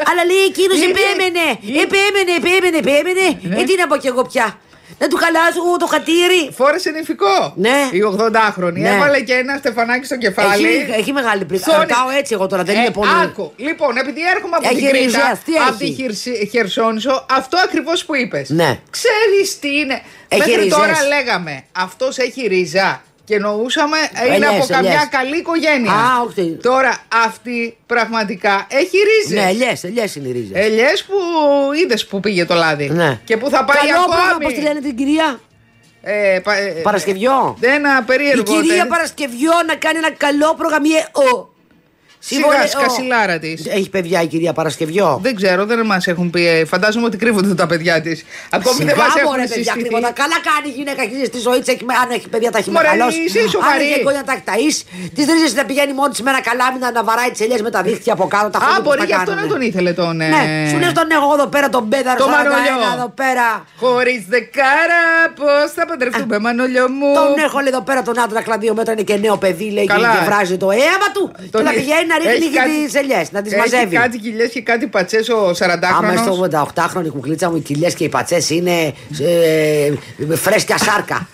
Αλλά λέει, εκείνος
Είναι-
επέμενε.
είναι-
Επέμενε, επέμενε, επέμενε. Ε, τι να πω κι εγώ πια. Να του χαλάσω εγώ το χατήρι.
Φόρεσε νηφικό.
Ναι.
Η 80χρονη.
Ναι.
Έβαλε και ένα στεφανάκι στο κεφάλι.
Έχει, έχει μεγάλη
Σόνι.
πληκτρότητα. Ρωτάω έτσι εγώ
Ε,
τώρα, δεν είναι πολύ.
Άκου. Λοιπόν, επειδή έρχομαι από
Έχει
την Κρήτη,
ριζές, τι
από τη
έχει?
Χερσ- Χερσόνησο, αυτό ακριβώς που είπες.
Ναι. Ε,
Ξέρεις τι είναι.
Έχει
Μέχρι
ριζές.
τώρα λέγαμε αυτός έχει ριζά. Και νοούσαμε
Ε,
είναι
λες,
από
ε,
καμιά
λες.
καλή οικογένεια.
Α, όχι.
Τώρα αυτή πραγματικά έχει ρίζες.
Ναι, ελιέ, ελιέ είναι οι
Ε,
ρίζε.
Ελιές που είδες που πήγε το λάδι.
Ναι.
Και που θα πάει ακόμη.
Πώς τη λένε την κυρία,
Ε, πα- ε,
Παρασκευιό.
Ένα
Η
περίεργο.
κυρία
τε-
Παρασκευιό να κάνει ένα καλό πρόγραμμα. Ο.
Σιγά, σκασιλάρα της.
Έχει παιδιά η κυρία Παρασκευιό.
Δεν ξέρω, δεν μας έχουν πει. ε, Φαντάζομαι ότι κρύβονται τα παιδιά της. Ακόμη
Σιγά
δεν μας έχουν
μωρέ παιδιά
συστηθεί.
κρύβοντα. Καλά κάνει η γυναίκα έχεις στη ζωή τη. Αν έχει παιδιά τα έχει
Μωρέ,
μεγαλώσει.
είσαι
Αν
σοβαρή.
έχει εγγόνια τα έχει ταΐσει. Τη ρίζες να πηγαίνει μόνη της με ένα καλάμι να να βαράει τις ελιές με τα δίχτυα από κάτω. Τα
Α,
χωριά που
μπορεί
τα
γι' αυτό
κάνουνε.
να τον ήθελε τον. ε,
Ναι, σου λέει τον έχω εδώ πέρα τον Πέδαρο.
Το
41
Μανολιό.
εδώ πέρα.
Χωρίς δεκάρα, πώς θα παντρευτούμε, Μανολιό μου.
Τον έχω λέει εδώ πέρα τον άντρα κλα δύο μέτρα, είναι και νέο παιδί, λέει
Καλά.
και βράζει το αίμα του. και
Τον
να
έχει-
πηγαίνει να ρίχνει
έχει
και
κάτι-
τι ελιέ, να τις
έχει
μαζεύει.
κάτι κοιλιέ και κάτι πατσές ο 40χρονο.
Άμα στο 88χρονη κουκλίτσα μου οι κοιλιέ και οι πατσές είναι ε, φρέσκια σάρκα.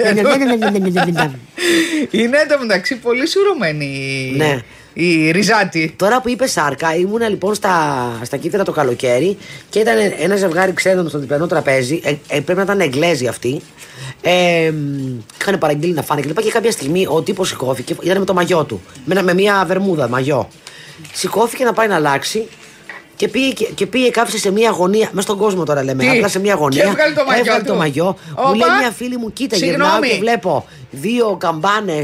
Είναι εντωμεταξύ πολύ σουρωμένη η-
Ναι.
η Ριζάτη.
Τώρα που είπες σάρκα, ήμουνα λοιπόν στα, στα κύτταρα το καλοκαίρι και ήταν ένα ζευγάρι ξένων στο διπλανό τραπέζι. Ε, ε, πρέπει να ήταν Εγγλέζοι αυτοί. Ε, μ, είχαν παραγγείλει να φάνε κλπ. Και κάποια στιγμή ο τύπος σηκώθηκε, ήταν με το μαγιό του. Με, ένα- με μια βερμούδα μαγιό. σηκώθηκε να πάει να αλλάξει και πήγε, και, και πήγε κάψε σε μια γωνία. Μέσα στον κόσμο τώρα λέμε.
Τι?
Απλά σε μια γωνία.
Και έβγαλε το μαγιό
Έβγαλε
του.
το μαγιό.
Όπα.
Μου λέει μια φίλη μου, κοίτα, γυρνάω
Συγγνώμη.
και βλέπω Ε, δύο καμπάνε.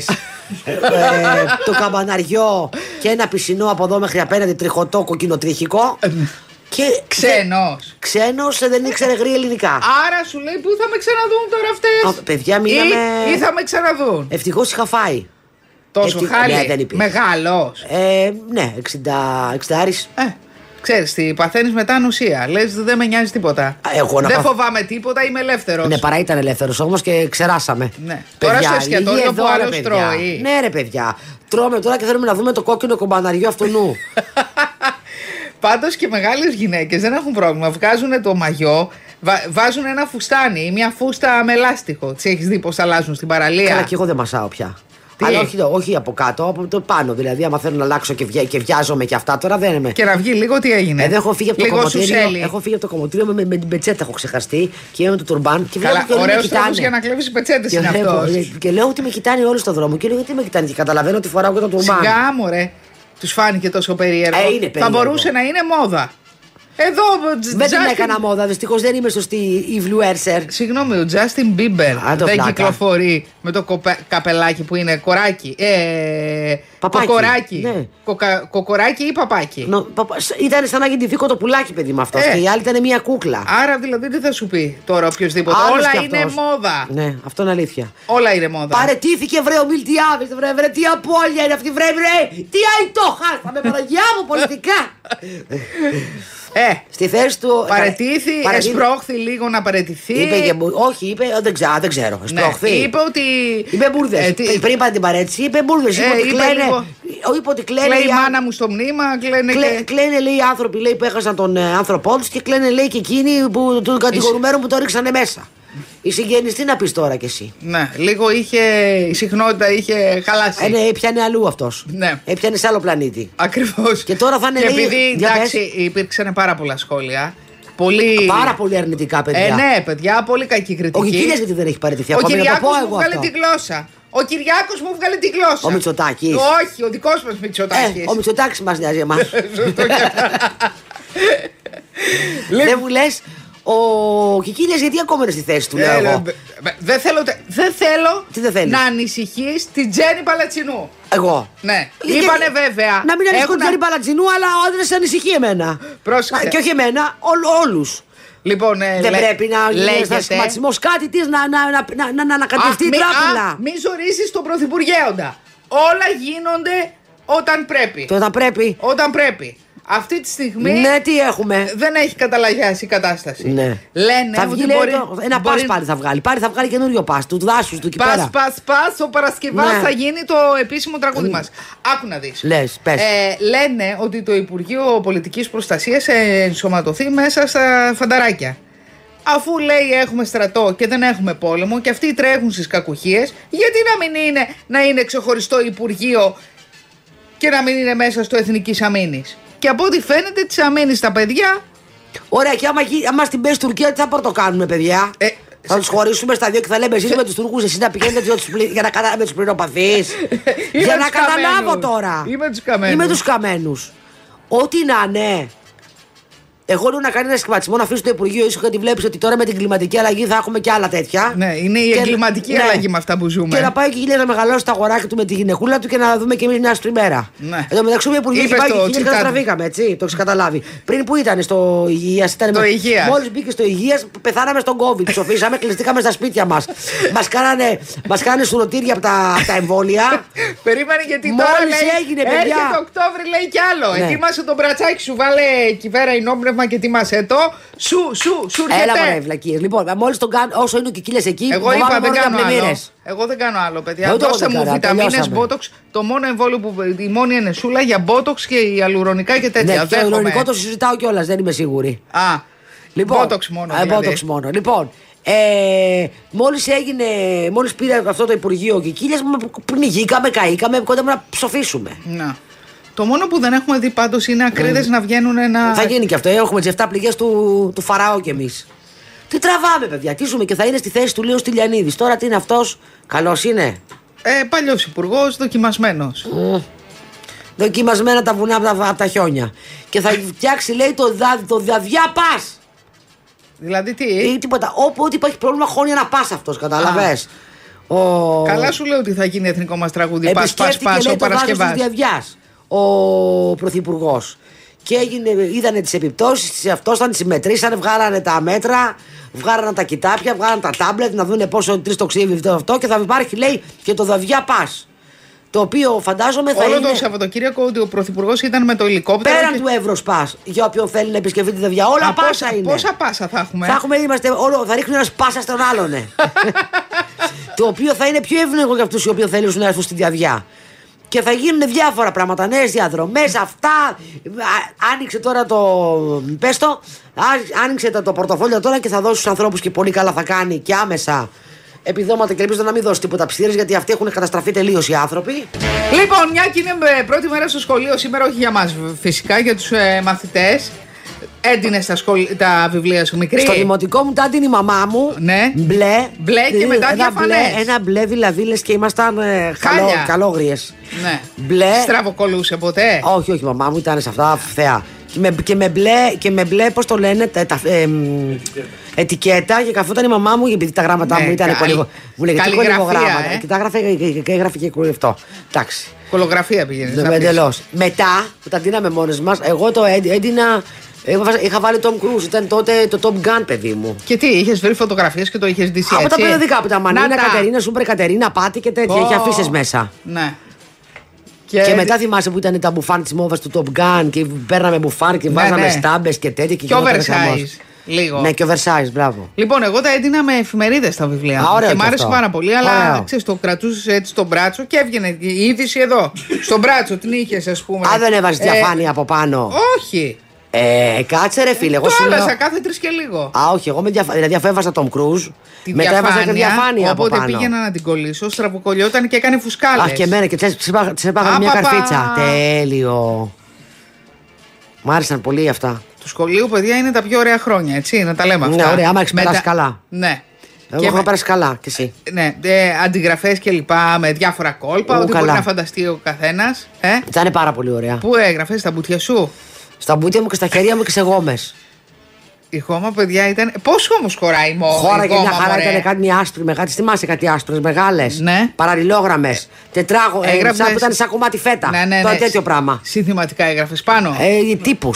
το καμπαναριό και ένα πισινό από εδώ μέχρι απέναντι τριχωτό κοκκινοτρίχικο. και
Ξένος.
Ξένος ε, δεν ήξερε γρή ελληνικά.
Άρα σου λέει πού θα με ξαναδούν τώρα αυτές.
Α, παιδιά, μείναμε-
Ή, ή θα με ξαναδούν.
Ευτυχώς είχα φάει.
Τόσο
ευτυχ-
χάλι.
ναι, δεν υπήρχε.
Μεγάλος.
Ε, ναι, 60, 60
Ε, ξέρεις τι, παθαίνεις μετά ανοσία. Λες, δεν με νοιάζει τίποτα.
Α, εγώ να
δεν
παθ-
φοβάμαι τίποτα, είμαι ελεύθερος.
Ναι, παρά ήταν ελεύθερος όμως και ξεράσαμε.
Ναι. Τώρα στο εστιατόριο
λίγη
που
εδώ, ρε,
άλλος
παιδιά.
τρώει.
Ναι, ρε παιδιά. Τρώμε τώρα και θέλουμε να δούμε το κόκκινο κομπαναριό αυτού νου.
Πάντως και μεγάλες γυναίκες δεν έχουν πρόβλημα. Βγάζουν το μαγιό, βα- βάζουν ένα φουστάνι ή μια φούστα με λάστιχο. Τις έχεις δει πώς αλλάζουν στην παραλία.
Καλά, και εγώ δεν μασάω πια.
Τι?
Αλλά όχι, όχι από κάτω, από το πάνω. Δηλαδή, άμα θέλω να αλλάξω και, βγα- και βιάζομαι και αυτά, τώρα δεν είμαι.
Και να βγει λίγο τι έγινε.
Ε, δεν έχω φύγει από το
λίγο
κομμωτήριο.
σουσέλι.
Έχω φύγει από το κομμωτήριο με, με, την πετσέτα έχω ξεχαστεί και με το τουρμπάν. Και
Καλά,
και όλοι με
ωραίος τρόπος
κοιτάνε.
για να κλέβεις πετσέτες
Και
είναι
βλέπω,
αυτός.
ε, Και λέω ότι με κοιτάνε όλοι στον δρόμο. Και λέω γιατί με κοιτάνε. Και καταλαβαίνω ότι φοράω και το τουρμπάν.
Σιγά μου, ρε. Τους φάνηκε τόσο περίεργο.
Ε, είναι
Θα
περίεργο.
μπορούσε να είναι μόδα. Εδώ. ο Τζ-
Δεν την
Justin-
έκανα μόδα. Δυστυχώς δεν είμαι σωστή influencer.
Συγγνώμη, ο Justin Bieber
Α, το
δεν
βλάκα.
κυκλοφορεί με το κοπε- καπελάκι που είναι κοράκι. Ε,
Παπάκι.
Κοκοράκι.
Ναι.
Κοκα- κοκοράκι ή παπάκι.
Νο- παπα- σ- Ήταν σαν να γεννηθήκω το πουλάκι, παιδί με αυτό.
Ε.
Και η άλλη ήταν μια κούκλα.
Άρα δηλαδή τι θα σου πει τώρα οποιοδήποτε.
Άλλος
Όλα
κι
είναι
αυτός.
μόδα.
Ναι, αυτό είναι αλήθεια.
Όλα είναι μόδα.
Παρετήθηκε βρε ο Μιλτιάδης, βρε, βρε, τι απώλεια είναι αυτή, βρε, βρε, τι αϊτό χάσαμε, Παναγιά μου, πολιτικά.
Ε,
Στη θέση του...
παρετήθη,
Παρετήθη.
εσπρώχθη λίγο να παρετηθεί.
Είπε και μου- όχι, είπε, «Ε, δεν ξέρω, δεν ξέρω,
Ναι,
εσπρόχθη.
είπε ότι.
Είπε μπουρδες.
Ε, τι-
Πριν πάρει την παρέτηση, είπε μπουρδες.
Ε,
Είπε ότι
είπε
κλαίνε.
λίγο.
ο- Είπε ότι κλαίνε.
Κλαίει η
οι άν-
μάνα μου στο μνήμα, κλαίνε
κλαι-
και.
Κλαίνε, λέει, οι άνθρωποι λέει, που έχασαν τον ε, άνθρωπό τους και κλαίνε, λέει, και εκείνοι που, του κατηγορουμένου που το ρίξανε μέσα. Η συγγενής, τι να πεις τώρα κι εσύ.
Ναι, λίγο είχε. Η συχνότητα είχε χαλάσει.
Ε, ναι, έπιανε αλλού αυτός.
Ναι.
Έπιανε σε άλλο πλανήτη.
Ακριβώς.
Και τώρα θα είναι λίγο-
επειδή
για
εντάξει, υπήρξαν πάρα πολλά σχόλια. Πολύ.
Πάρα πολύ αρνητικά, παιδιά.
Ε, ναι, παιδιά, πολύ κακή κριτική.
Ο Κικίλια γιατί δεν έχει παραιτηθεί
Ο
ακόμα. Να το
Κυριάκος
πω
μου
εγώ
βγάλε
αυτό.
τη γλώσσα. Ο Κυριάκος μου βγάλε τη γλώσσα.
Ο Μητσοτάκης.
Όχι, ο δικός μας Μητσοτάκης.
Ε, ο Μητσοτάκης μας νοιάζει εμάς.
Λέει-
δεν μου λες, ο Κικίλιας γιατί ακόμα είναι στη θέση
Ε,
του, λέω εγώ.
Δεν θέλω, τε- δεν θέλω
Τι δεν θέλεις?
να ανησυχείς την Τζέννη Παλατσινού.
Εγώ.
Ναι.
Και-
Είπανε
και-
βέβαια.
Να μην
έχουν-
ανησυχούν τον Παλατζινού, αλλά ο άντρας ανησυχεί εμένα.
Πρόσεξε.
Α, Και όχι εμένα, όλους.
Λοιπόν, ε,
Δεν
λέ-
πρέπει να γίνει ένας
λέγεται.
σχηματισμό κάτι της να, να, να, να, να, να ανακατευτεί η
μη- α,
τράπουλα.
Μην ζωρίσει τον Πρωθυπουργέοντα. Όλα γίνονται όταν πρέπει.
Το θα πρέπει.
Όταν πρέπει. Αυτή τη στιγμή
Ναι, τι έχουμε.
δεν έχει καταλαγιάσει η κατάσταση.
Ναι.
Λένε
θα
ότι
βγει λέει,
μπορεί,
το- ένα
μπορεί-
πα πάλι θα βγάλει. Πάλι θα βγάλει καινούριο πα του δάσους του εκεί
Πα,
πέρα.
πα, πα, ο Παρασκευάς
Ναι.
θα γίνει το επίσημο τραγούδι μας. Άκου να δεις.
Λες, πες.
Ε, λένε ότι το Υπουργείο Πολιτικής Προστασίας ενσωματωθεί μέσα στα φανταράκια. Αφού λέει έχουμε στρατό και δεν έχουμε πόλεμο και αυτοί τρέχουν στις κακουχίες, γιατί να μην είναι, να είναι ξεχωριστό Υπουργείο και να μην είναι μέσα στο Εθνικής Αμήνης. Και από ό,τι φαίνεται, της αμήνη τα παιδιά.
Ωραία, και άμα, γι- άμα στην πέσει Τουρκία, τι θα πρωτοκάνουμε, παιδιά.
Ε,
θα τους χωρίσουμε στα δύο και θα λέμε εσεί με τους Τούρκους, εσεί να πηγαίνετε τους δύο τους πλη- για να καταλάβετε του πληροπαθεί.
Είμαι
για να
τους
καταλάβω
καμένους.
τώρα.
Είμαι τους καμένους.
Είμαι τους καμένους. Ό,τι να είναι. Εγώ λέω να κάνει ένα σχηματισμό να αφήσει το Υπουργείο ίσω γιατί βλέπεις ότι τώρα με την κλιματική αλλαγή θα έχουμε και άλλα τέτοια.
Ναι, είναι η εγκληματική αλλαγή με αυτά που ζούμε.
Και να πάει και γίνεται να μεγαλώσει τα αγοράκια του με τη γυναικούλα του και να δούμε και εμείς μια στριμέρα.
Ναι.
Εδώ μεταξύ με Υπουργείο
Είπες
και πάει
το
και γυναίκα,
τσιτάτο.
τραβήκαμε, έτσι. Το έχεις καταλάβει. Πριν που ήταν στο υγείας, ήταν
Το Υγείας.
Μόλις μπήκε στο υγείας, πεθάναμε στον COVID. Ψοφήσαμε, κλειστήκαμε στα σπίτια μας. μας κάνανε, μας κάνανε σουρωτήρια από τα, απ' τα εμβόλια.
Περίμενε γιατί
Μόλις
τώρα λέει,
έγινε, παιδιά.
Έρχεται Οκτώβρη λέει κι άλλο.
Ναι.
Ετοίμασε τον μπρατσάκι σου, βάλε εκεί πέρα ενόμπνευμα και ετοίμασε το. Σου, σου, σου
Έλα μωρέ,
έρχεται.
βλακίες. Λοιπόν, μόλις τον κάνω, όσο είναι ο Κικίλια εκεί,
Εγώ
φοβάμαι
είπα
μόνο
δεν
για
κάνω άλλο.
πλημμύρες.
Εγώ δεν κάνω άλλο, παιδιά.
Εγώ το
Δώστε
έχω
μου
καλά,
βιταμίνες,
τελειώσαμε.
μπότοξ. Το μόνο εμβόλιο που. Η μόνη ενεσούλα για μπότοξ και η αλουρονικά και τέτοια.
Ναι, και το
Δέχομαι.
ελληνικό το συζητάω κιόλας, δεν είμαι σίγουρη.
Α.
Λοιπόν,
Μπότοξ μόνο.
ε,
δηλαδή.
Botox μόνο. Λοιπόν, ε, μόλις έγινε, μόλις πήρε αυτό το Υπουργείο και κύλια, πνιγήκαμε, καήκαμε, κοντά μου να ψοφήσουμε.
Να. Το μόνο που δεν έχουμε δει πάντως είναι ακρίδες να βγαίνουν να.
Ναι. Θα γίνει και αυτό. ε, Έχουμε τις 7 πληγές του, του Φαραώ κι εμείς. Τι τραβάμε, παιδιά, τι ζούμε και θα είναι στη θέση του Λίου Στυλιανίδη. Τώρα τι είναι αυτός, καλός είναι. Ε,
Ε, Παλιός υπουργός, δοκιμασμένος.
δοκιμασμένα τα βουνά από τα, απ' τα χιόνια. Και θα φτιάξει, λέει, το, δα, το πας.
Δηλαδή τι.
Ή τίποτα. Όπου ό,τι υπάρχει πρόβλημα, χώνει ένα πας αυτός, καταλαβέ. Ο...
Καλά σου λέω ότι θα γίνει εθνικό μας τραγούδι. Πας, πας,
Επισκέφτηκε
πας,
λέει
ο
το δάσος της
Παρασκευάς.
Διαδιάς ο Πρωθυπουργός. Και έγινε, είδανε τις επιπτώσεις, τις αυτό ήταν, τις μετρήσανε, βγάλανε τα μέτρα, βγάλανε τα κοιτάπια, βγάλανε τα τάμπλετ να δούνε πόσο τρεις το ξύβει αυτό, αυτό και θα υπάρχει λέει και το δαβιά πας. Το οποίο φαντάζομαι θα
Όλο
είναι
το Σαββατοκύριακο ότι ο Πρωθυπουργός ήταν με το ελικόπτερο.
πέραν
και-
του Εύρω πας. Για όποιον θέλει να επισκεφτεί τη δαβιά, όλα
Α,
πάσα
πόσα,
είναι.
πόσα πάσα θα έχουμε.
Θα, έχουμε, είμαστε, όλο, θα ρίχνουν ένας πάσα στον άλλον. ναι. το οποίο θα είναι πιο εύνοικο για αυτούς οι οποίοι θέλουν να έρθουν στη διαδιά. Και θα γίνουν διάφορα πράγματα, νέες διαδρομές, αυτά. Α, Άνοιξε τώρα το. Πες το, α, άνοιξε το, το πορτοφόλιο τώρα και θα δώσει στους ανθρώπους και πολύ καλά θα κάνει και άμεσα επιδόματα και ελπίζω να μην δώσει τίποτα ψήρες γιατί αυτοί έχουν καταστραφεί τελείως οι άνθρωποι.
Λοιπόν, μια και είναι ε, πρώτη μέρα στο σχολείο σήμερα, όχι για μας φυσικά, για τους ε, μαθητές. Έντινε στα σχολ- τα βιβλία σου μικρή.
Στο δημοτικό μου τα η μαμά μου.
Ναι.
Μπλε.
Μπλε και
Ε,
μετά
ένα μπλε,
διαφανές.
ένα μπλε δηλαδή λες και ήμασταν ε, καλό,
Χάλια.
καλόγριες.
Ναι.
Μπλε. Ε,
Στραβοκολούσε ποτέ.
Όχι, όχι, μαμά μου ήταν σε αυτά θεά. Και με, και με μπλε, και με μπλε πώς το λένε, τα, τα- εμ, ετικέτα. Και καθόταν η μαμά μου, επειδή τα γράμματά
Ναι,
μου ήταν
καλ-
πολύ. Μου λέγε τι
καλλιγραφία,
κολυβογράμματα.
ε.
Και τα έγραφε και- και- και έγραφε και κουρευτό. Εντάξει.
Κολογραφία πήγαινε.
Ναι, εντελώς. Μετά που τα δίναμε μόνες μας, εγώ το έντι- έντυνα. εγώ βάζα- Είχα βάλει Tom Cruise, ήταν τότε το Top Gun, παιδί μου.
Και τι, είχες βρει φωτογραφίες και το είχες δει έτσι.
Από τα περιοδικά που τα Μανίνα,
Να τα.
Κατερίνα, Σούπερ Κατερίνα, Πάτη και τέτοια.
Ω.
Είχε αφήσεις μέσα.
Ναι.
Και μετά θυμάσαι που ήταν τα μπουφάν της μόβα του Top Gun και παίρναμε μπουφάν και
Ναι,
βάζαμε
ναι.
στάμπες και τέτοια. Και
Και ο
γινόταν
Versailles.
χαμός.
Λίγο.
Ναι, και ο Versailles, μπράβο.
Λοιπόν, εγώ τα έντυνα με εφημερίδες στα βιβλία.
Α,
μου
ωραίο
και
κι
μ' άρεσε
αυτό.
πάρα πολύ, αλλά
Ωραίο.
ξέρεις, το κρατούσες έτσι στον μπράτσο και έβγαινε η είδηση εδώ. στον μπράτσο την είχες, ας πούμε.
Α, δεν έβαζες
Ε,
διαφάνεια από πάνω.
Όχι.
Ε, κάτσε ρε φίλε, εγώ
το
σου λέω.
άλλαζα κάθε τρεις και λίγο.
Α, όχι, εγώ με διαφάνεια. Δηλαδή, αφού έβαζα τον Κρούζ,
Τη
μετά έβαζα και διαφάνεια από
Οπότε
πάνω.
πήγαινα να την κολλήσω, στραβοκολλιόταν και έκανε φουσκάλες.
Αχ, και εμένα και ξέρεις, τσέπαγα- τσέπαγα
Α,
μια
παπα.
καρφίτσα. Τέλειο. Μ' άρεσαν πολύ αυτά.
Του σχολείου, παιδιά, είναι τα πιο ωραία χρόνια, έτσι, να τα λέμε
Ναι,
αυτά.
ωραία, άμα έχεις
Μετά-
περάσει καλά.
Ναι.
Εγώ
Και
είχα
με-
πέρασει καλά κι εσύ.
Ναι, ε, αντιγραφές και λοιπά με διάφορα κόλπα,
Ου,
ό,τι μπορεί
καλά.
να φανταστεί ο καθένας. Ε.
Ήταν πάρα πολύ ωραία.
Πού έγραφες τα μπουτια σου.
Στα μπουτια μου και στα χέρια μου και σε γόμες.
Η χώμα, παιδιά, ήταν. Πόσο όμως χωράει μόνο.
Χώρα και μια χαρά ήταν κάτι μια άσπρη μεγάλη. Τις Θυμάσαι κάτι άσπρε μεγάλες.
Ναι.
Παραλληλόγραμμες. Τετράγω. ε,
Έγραφες-
Σαν που ήταν σαν κομμάτι φέτα.
Ναι, ναι,
το
ναι.
τέτοιο πράγμα.
Συνθηματικά έγραφες πάνω.
Ε, Τύπου.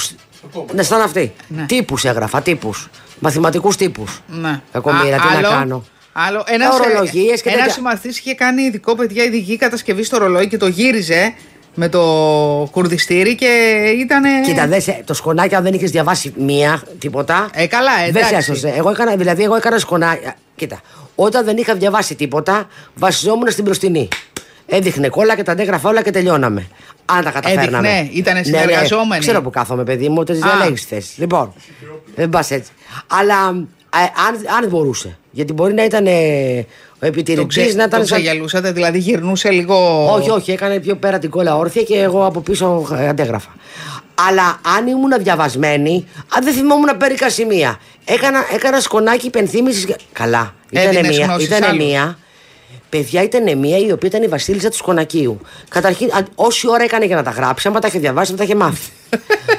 Ναι, σαν αυτή.
Ναι.
Τύπου έγραφα. Τύπους. Μαθηματικούς τύπους.
ναι.
Κακομοίρα,
Α,
τι
άλλο-
να κάνω.
Άλλο, ένας,
Ορολογίες και
ένας
τέτοια.
μαθητής είχε κάνει ειδικό παιδιά ειδική κατασκευή στο ρολόι και το γύριζε με το κουρδιστήρι και ήταν.
Κοίτα, δες, ε, το σκονάκι, αν δεν είχες διαβάσει μία τίποτα.
Ε, καλά,
Δεν
εντάξει.
σε έσωσε. Εγώ έκανα, δηλαδή, εγώ έκανα σκονάκι. Κοίτα, όταν δεν είχα διαβάσει τίποτα, βασιζόμουν στην μπροστινή. Έδειχνε κόλλα και τα αντέγραφα όλα και τελειώναμε. Αν τα καταφέρναμε.
Έδειχνε, ήτανε
Ναι, ναι.
συνεργαζόμενοι.
Ξέρω που κάθομαι, παιδί μου, ότι
Α.
δεν έχει θέση. Λοιπόν, δεν πας έτσι. Αλλά ε, αν, αν μπορούσε. Γιατί μπορεί να ήταν ε, ο
Το
επιτηρητή,
ξε... το
να ήταν. σαν-
ξεγελούσατε, δηλαδή γυρνούσε λίγο.
όχι, όχι, έκανε πιο πέρα την κόλλα όρθια και εγώ από πίσω ε, αντέγραφα. Αλλά αν ήμουν διαβασμένη, αν δεν θυμόμουν πέρικα σημεία. Έκανα, έκανα σκονάκι υπενθύμησης. Καλά. Ήταν
Έδινες
μία.
γνώσεις
Ήταν
άλλους.
μία. Παιδιά ήταν μία η οποία ήταν η Βασίλισσα του Σκονακίου. Καταρχήν, αν- όση ώρα έκανε για να τα γράψει, άμα τα είχε διαβάσει, δεν τα είχε μάθει.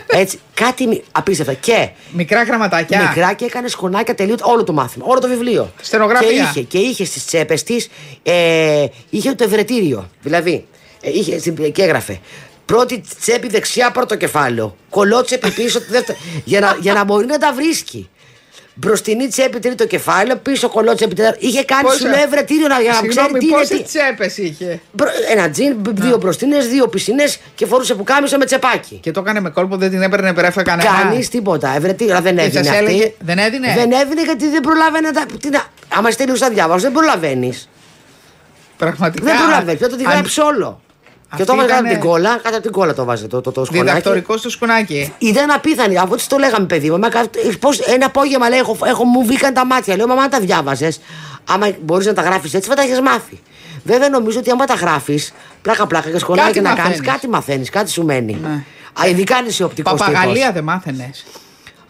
Έτσι, κάτι μη- απίστευτα. Και
Μικρά γραμματάκια.
Μικρά και έκανε σκονάκια τελείω όλο το μάθημα, όλο το βιβλίο.
Στενογραφία.
Και είχε, και είχε στις τσέπες της ε, είχε το ευρετήριο. Δηλαδή, ε, είχε, στην- και έγραφε. Πρώτη τσέπη δεξιά πρώτο κεφάλαιο. Κολότσεπη πίσω τη δεύτερη. για, να, για να μπορεί να τα βρίσκει. Μπροστινή τσέπη τρίτο κεφάλαιο, πίσω κολότσεπη τέταρτο. Είχε κάνει
Πόσα-
σου λέει ευρετήριο να, για να ξέρει
Συγγνώμη,
τι είναι.
πόσες
Τι.
τσέπες είχε.
Μπρο- Ένα τζιν, μπ- δύο μπροστινέ, δύο πισινέ και φορούσε πουκάμισα με τσεπάκι.
Και το έκανε με κόλπο, δεν την έπαιρνε περάφα κανένα.
Κανείς τίποτα. Ε, Ευρετήρα δεν
Και
έδινε.
σας
αυτή.
έλεγε- δεν έδινε?
Δεν έδινε γιατί δεν προλάβαινε. Τα... Τι να... Άμα είσαι τελείω αδιάβαστο, δεν προλαβαίνεις.
Πραγματικά.
Δεν προλαβαίνεις. Πρέπει να τη
Αν-
γράψεις όλο.
Αυτή
Και το έβαζε κάτω από
ήτανε-
την κόλλα, κάτω από την κόλλα το βάζε το, το, το σκονάκι.
Διδακτορικό στο σκουνάκι.
Ήταν απίθανη. Από ό,τι το λέγαμε, παιδί μου. Μα, κα- πώς, ένα απόγευμα λέει: έχω, έχω, μου βγήκαν τα μάτια. Λέω: Μαμά, αν τα διάβαζες. Άμα μπορείς να τα γράφεις έτσι, θα τα έχεις μάθει. Βέβαια, νομίζω ότι άμα τα γράφεις, πλάκα-πλάκα και
Κάτι
σκονάκι να κάνεις,
μαθαίνεις.
κάτι μαθαίνεις, κάτι σου μένει.
Ναι.
Α, Ειδικά αν είσαι οπτικός
Παπαγαλία δεν μάθαινες.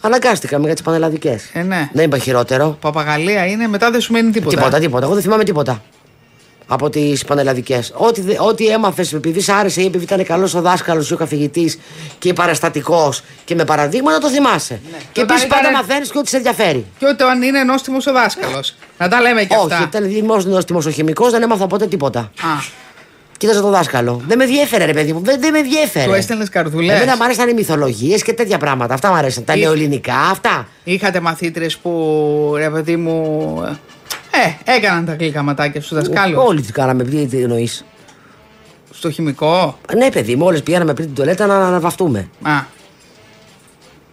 Αναγκάστηκαμε για τις πανελλαδικές.
Ε, ναι.
Δεν είπα χειρότερο.
Παπαγαλία είναι, μετά δεν σου μένει τίποτα.
Τίποτα, τίποτα. Εγώ δεν θυμάμαι τίποτα. από τις πανελλαδικές. Ό,τι, δε- ό,τι έμαθες, επειδή σ' άρεσε ή επειδή ήταν καλός ο δάσκαλος ή ο καθηγητής και παραστατικός και με παραδείγματα, το θυμάσαι. Και
Και όταν
επίσης πάντα
ήταν-
μαθαίνεις και ό,τι σε ενδιαφέρει.
Και όταν είναι νόστιμος ο δάσκαλος. Να τα λέμε και
Όχι,
αυτά.
ήταν δημόσιος δημοσιοχημικό, δεν έμαθα ποτέ τίποτα.
Α,
Κοίταζα το δάσκαλο. Δεν με διέφερε, ρε παιδί μου. Δεν, δεν με διέφερε.
Του έστελνες καρδούλες.
Ε, Εμένα μου άρεσαν οι μυθολογίες και τέτοια πράγματα. Αυτά μου άρεσαν. Τα
Ή-
νεοελληνικά, αυτά.
είχατε μαθήτρε που ρε παιδί μου. Ε, έκαναν τα κλικαματάκια στου δασκάλους.
Όλοι τι κάναμε, τι τι εννοείς.
Στο χημικό.
Ναι, παιδί μου, όλες πηγαίναμε πριν την τολέτα να αναβαφτούμε.
Α,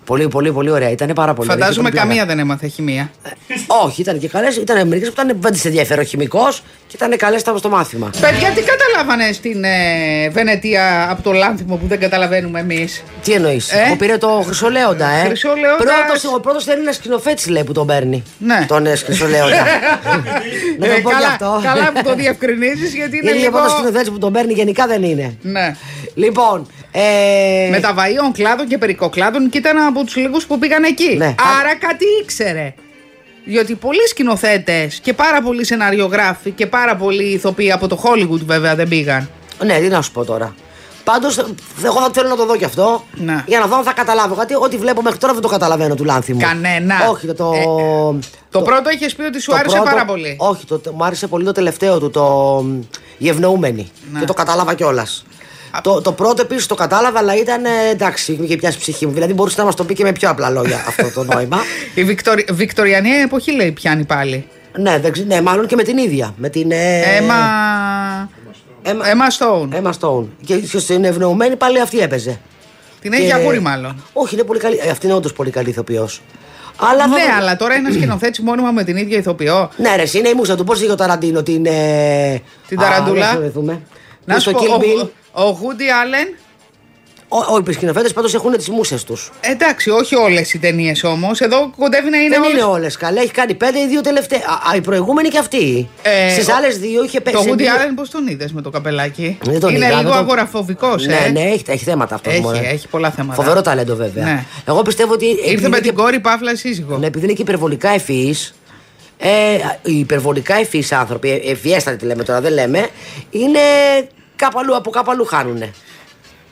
Πολύ, πολύ, πολύ ωραία. Ήταν πάρα πολύ ωραία.
φαντάζομαι
Ήταν πολύ
καμία δεν έμαθε χημία.
ωραία. Όχι, ήταν και καλές. Ήταν μερικές που ήταν δεν τις ενδιαφέρει ο χημικός και ήταν καλέ στο μάθημα.
Παιδιά, τι καταλάβανε στην ε, Βενετία από το λάνθιμο που δεν καταλαβαίνουμε εμείς.
Τι εννοείς.
Ε?
Που πήρε το Χρυσολέοντα, ε.
Χρυσολέοντας.
Πρώτος, ο πρώτος Έλληνας σκηνοθέτης λέει που τον παίρνει.
Ναι.
Τον ε, Χρυσολέοντα. Να το πω
Ε,
και
καλά,
αυτό.
καλά που το διευκρινίζεις γιατί είναι,
Είναι λοιπόν
λίγο.
ο σκηνοθέτης που τον παίρνει, γενικά δεν είναι.
Ναι.
Λοιπόν. Ε...
Μεταβαίων κλάδων και περικοκλάδων και ήταν από τους λίγους που πήγαν εκεί.
Ναι.
Άρα κάτι ήξερε. Διότι πολλοί σκηνοθέτες και πάρα πολλοί σεναριογράφοι και πάρα πολλοί ηθοποιοί από το Hollywood βέβαια δεν πήγαν.
Ναι, τι να σου πω τώρα. Πάντως, εγώ θα θέλω να το δω κι αυτό.
Ναι.
Για να δω αν θα καταλάβω. Γιατί ό,τι βλέπω μέχρι τώρα δεν το καταλαβαίνω του λάνθη μου.
Κανένα.
Όχι, το. το,
Ε, Το,
το-
πρώτο είχες πει ότι σου
το
άρεσε
πρώτο-
πάρα πολύ.
Όχι, το, το- μου άρεσε πολύ το τελευταίο του. Το. μ, Οι ευνοούμενοι.
Ναι.
Και το κατάλαβα κιόλας. Το, το πρώτο επίσης το κατάλαβα, αλλά ήταν ε, εντάξει, μου είχε πιάσει η ψυχή μου. Δηλαδή, μπορούσε να μας το πει και με πιο απλά λόγια αυτό το νόημα.
Η Βικτορι... Βικτοριανή εποχή λέει πιάνει πάλι.
ναι, δεν, ξε- ναι, μάλλον και με την ίδια. Με την. ε,
Έμα.
Έμα- Ε,
Έμα Στόουν.
Emma Stone. Και, και στην ευνοουμένη πάλι αυτή έπαιζε.
Την έχει
Και-
Ναι, για γούρι μάλλον.
Όχι, είναι πολύ καλή. Ε, Αυτή είναι όντως πολύ καλή ηθοποιός. Αλλά θα
Ναι,
δούμε.
αλλά τώρα ένα σκηνοθέτη μόνιμα με την ίδια ηθοποιό.
Ναι, ρε, εσύ είναι η μουσα του. Πώς είχε ο Ταραντίνο την. Ε...
Την Ταραντούλα.
Να
Να
στο
σου
Kill
πω, ο-
Bill.
ο Γούντι Άλεν
Ο, οι σκηνοθέτες πάντως έχουν τις μουσες τους.
Εντάξει, όχι όλες οι ταινίες όμως. Εδώ κοντεύει να είναι
Δεν είναι
όλες.
όλε καλέ. Έχει κάνει πέντε ή δύο τελευταία. Α, α, η προηγούμενη και αυτή.
Ε,
Στις
ο-
άλλες δύο είχε
Το
παίξει.
Woody
δύο-
Allen πώς τον είδες με το καπελάκι.
Δεν Ναι, τον
είναι
είδα,
λίγο
δεν τον-
αγοραφοβικός,
Ναι,
ε.
ναι, έχει, έχει θέματα αυτός.
Έχει-
μωρέ.
έχει πολλά θέματα.
Φοβερό ταλέντο βέβαια.
Ναι.
Εγώ πιστεύω ότι.
Ήρθε
επειδή
με
είναι
την
και-
κόρη Παύλα σύζυγο.
Ναι, επειδή είναι και υπερβολικά ευφυεί. Ε, οι υπερβολικά ευφυείς άνθρωποι, ευφιέστατοι λέμε τώρα, δεν λέμε, είναι κάπου αλλού, από κάπου αλλού χάνουνε.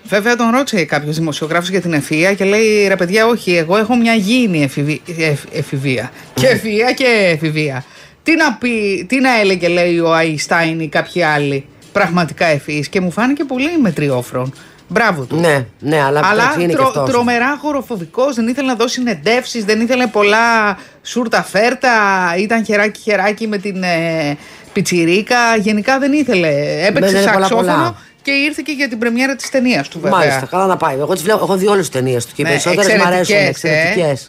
Βέβαια, τον ρώτησε κάποιος δημοσιογράφος για την ευφυα και λέει: Ρε παιδιά, όχι, εγώ έχω μια γήινη εφηβη- εφ- εφηβεία.
Ναι.
Και ευφυα και εφηβεία. Τι να, πει, τι να έλεγε, λέει ο Αϊστάιν ή κάποιοι άλλοι πραγματικά ευφυεί. Και μου φάνηκε πολύ μετριόφρον. Μπράβο του.
Ναι, ναι, αλλά,
Αλλά
εντάξει, είναι
τρο-
και αυτός.
τρομερά χωροφοβικό, δεν ήθελε να δώσει συνεντεύξεις, δεν ήθελε πολλά σούρτα φέρτα. Ήταν χεράκι χεράκι με την ε, πιτσιρίκα. Γενικά δεν ήθελε. Έπαιξε
δεν είναι πολλά,
σαξόφωνο
πολλά.
και ήρθε και για την πρεμιέρα της ταινίας του, βέβαια.
Μάλιστα, καλά να πάει. Εγώ τις βλέπω, έχω δει όλες τις ταινίες του και οι
Ναι,
περισσότερες μου αρέσουν.
εξαιρετικές, ε.
Εξαιρετικέ.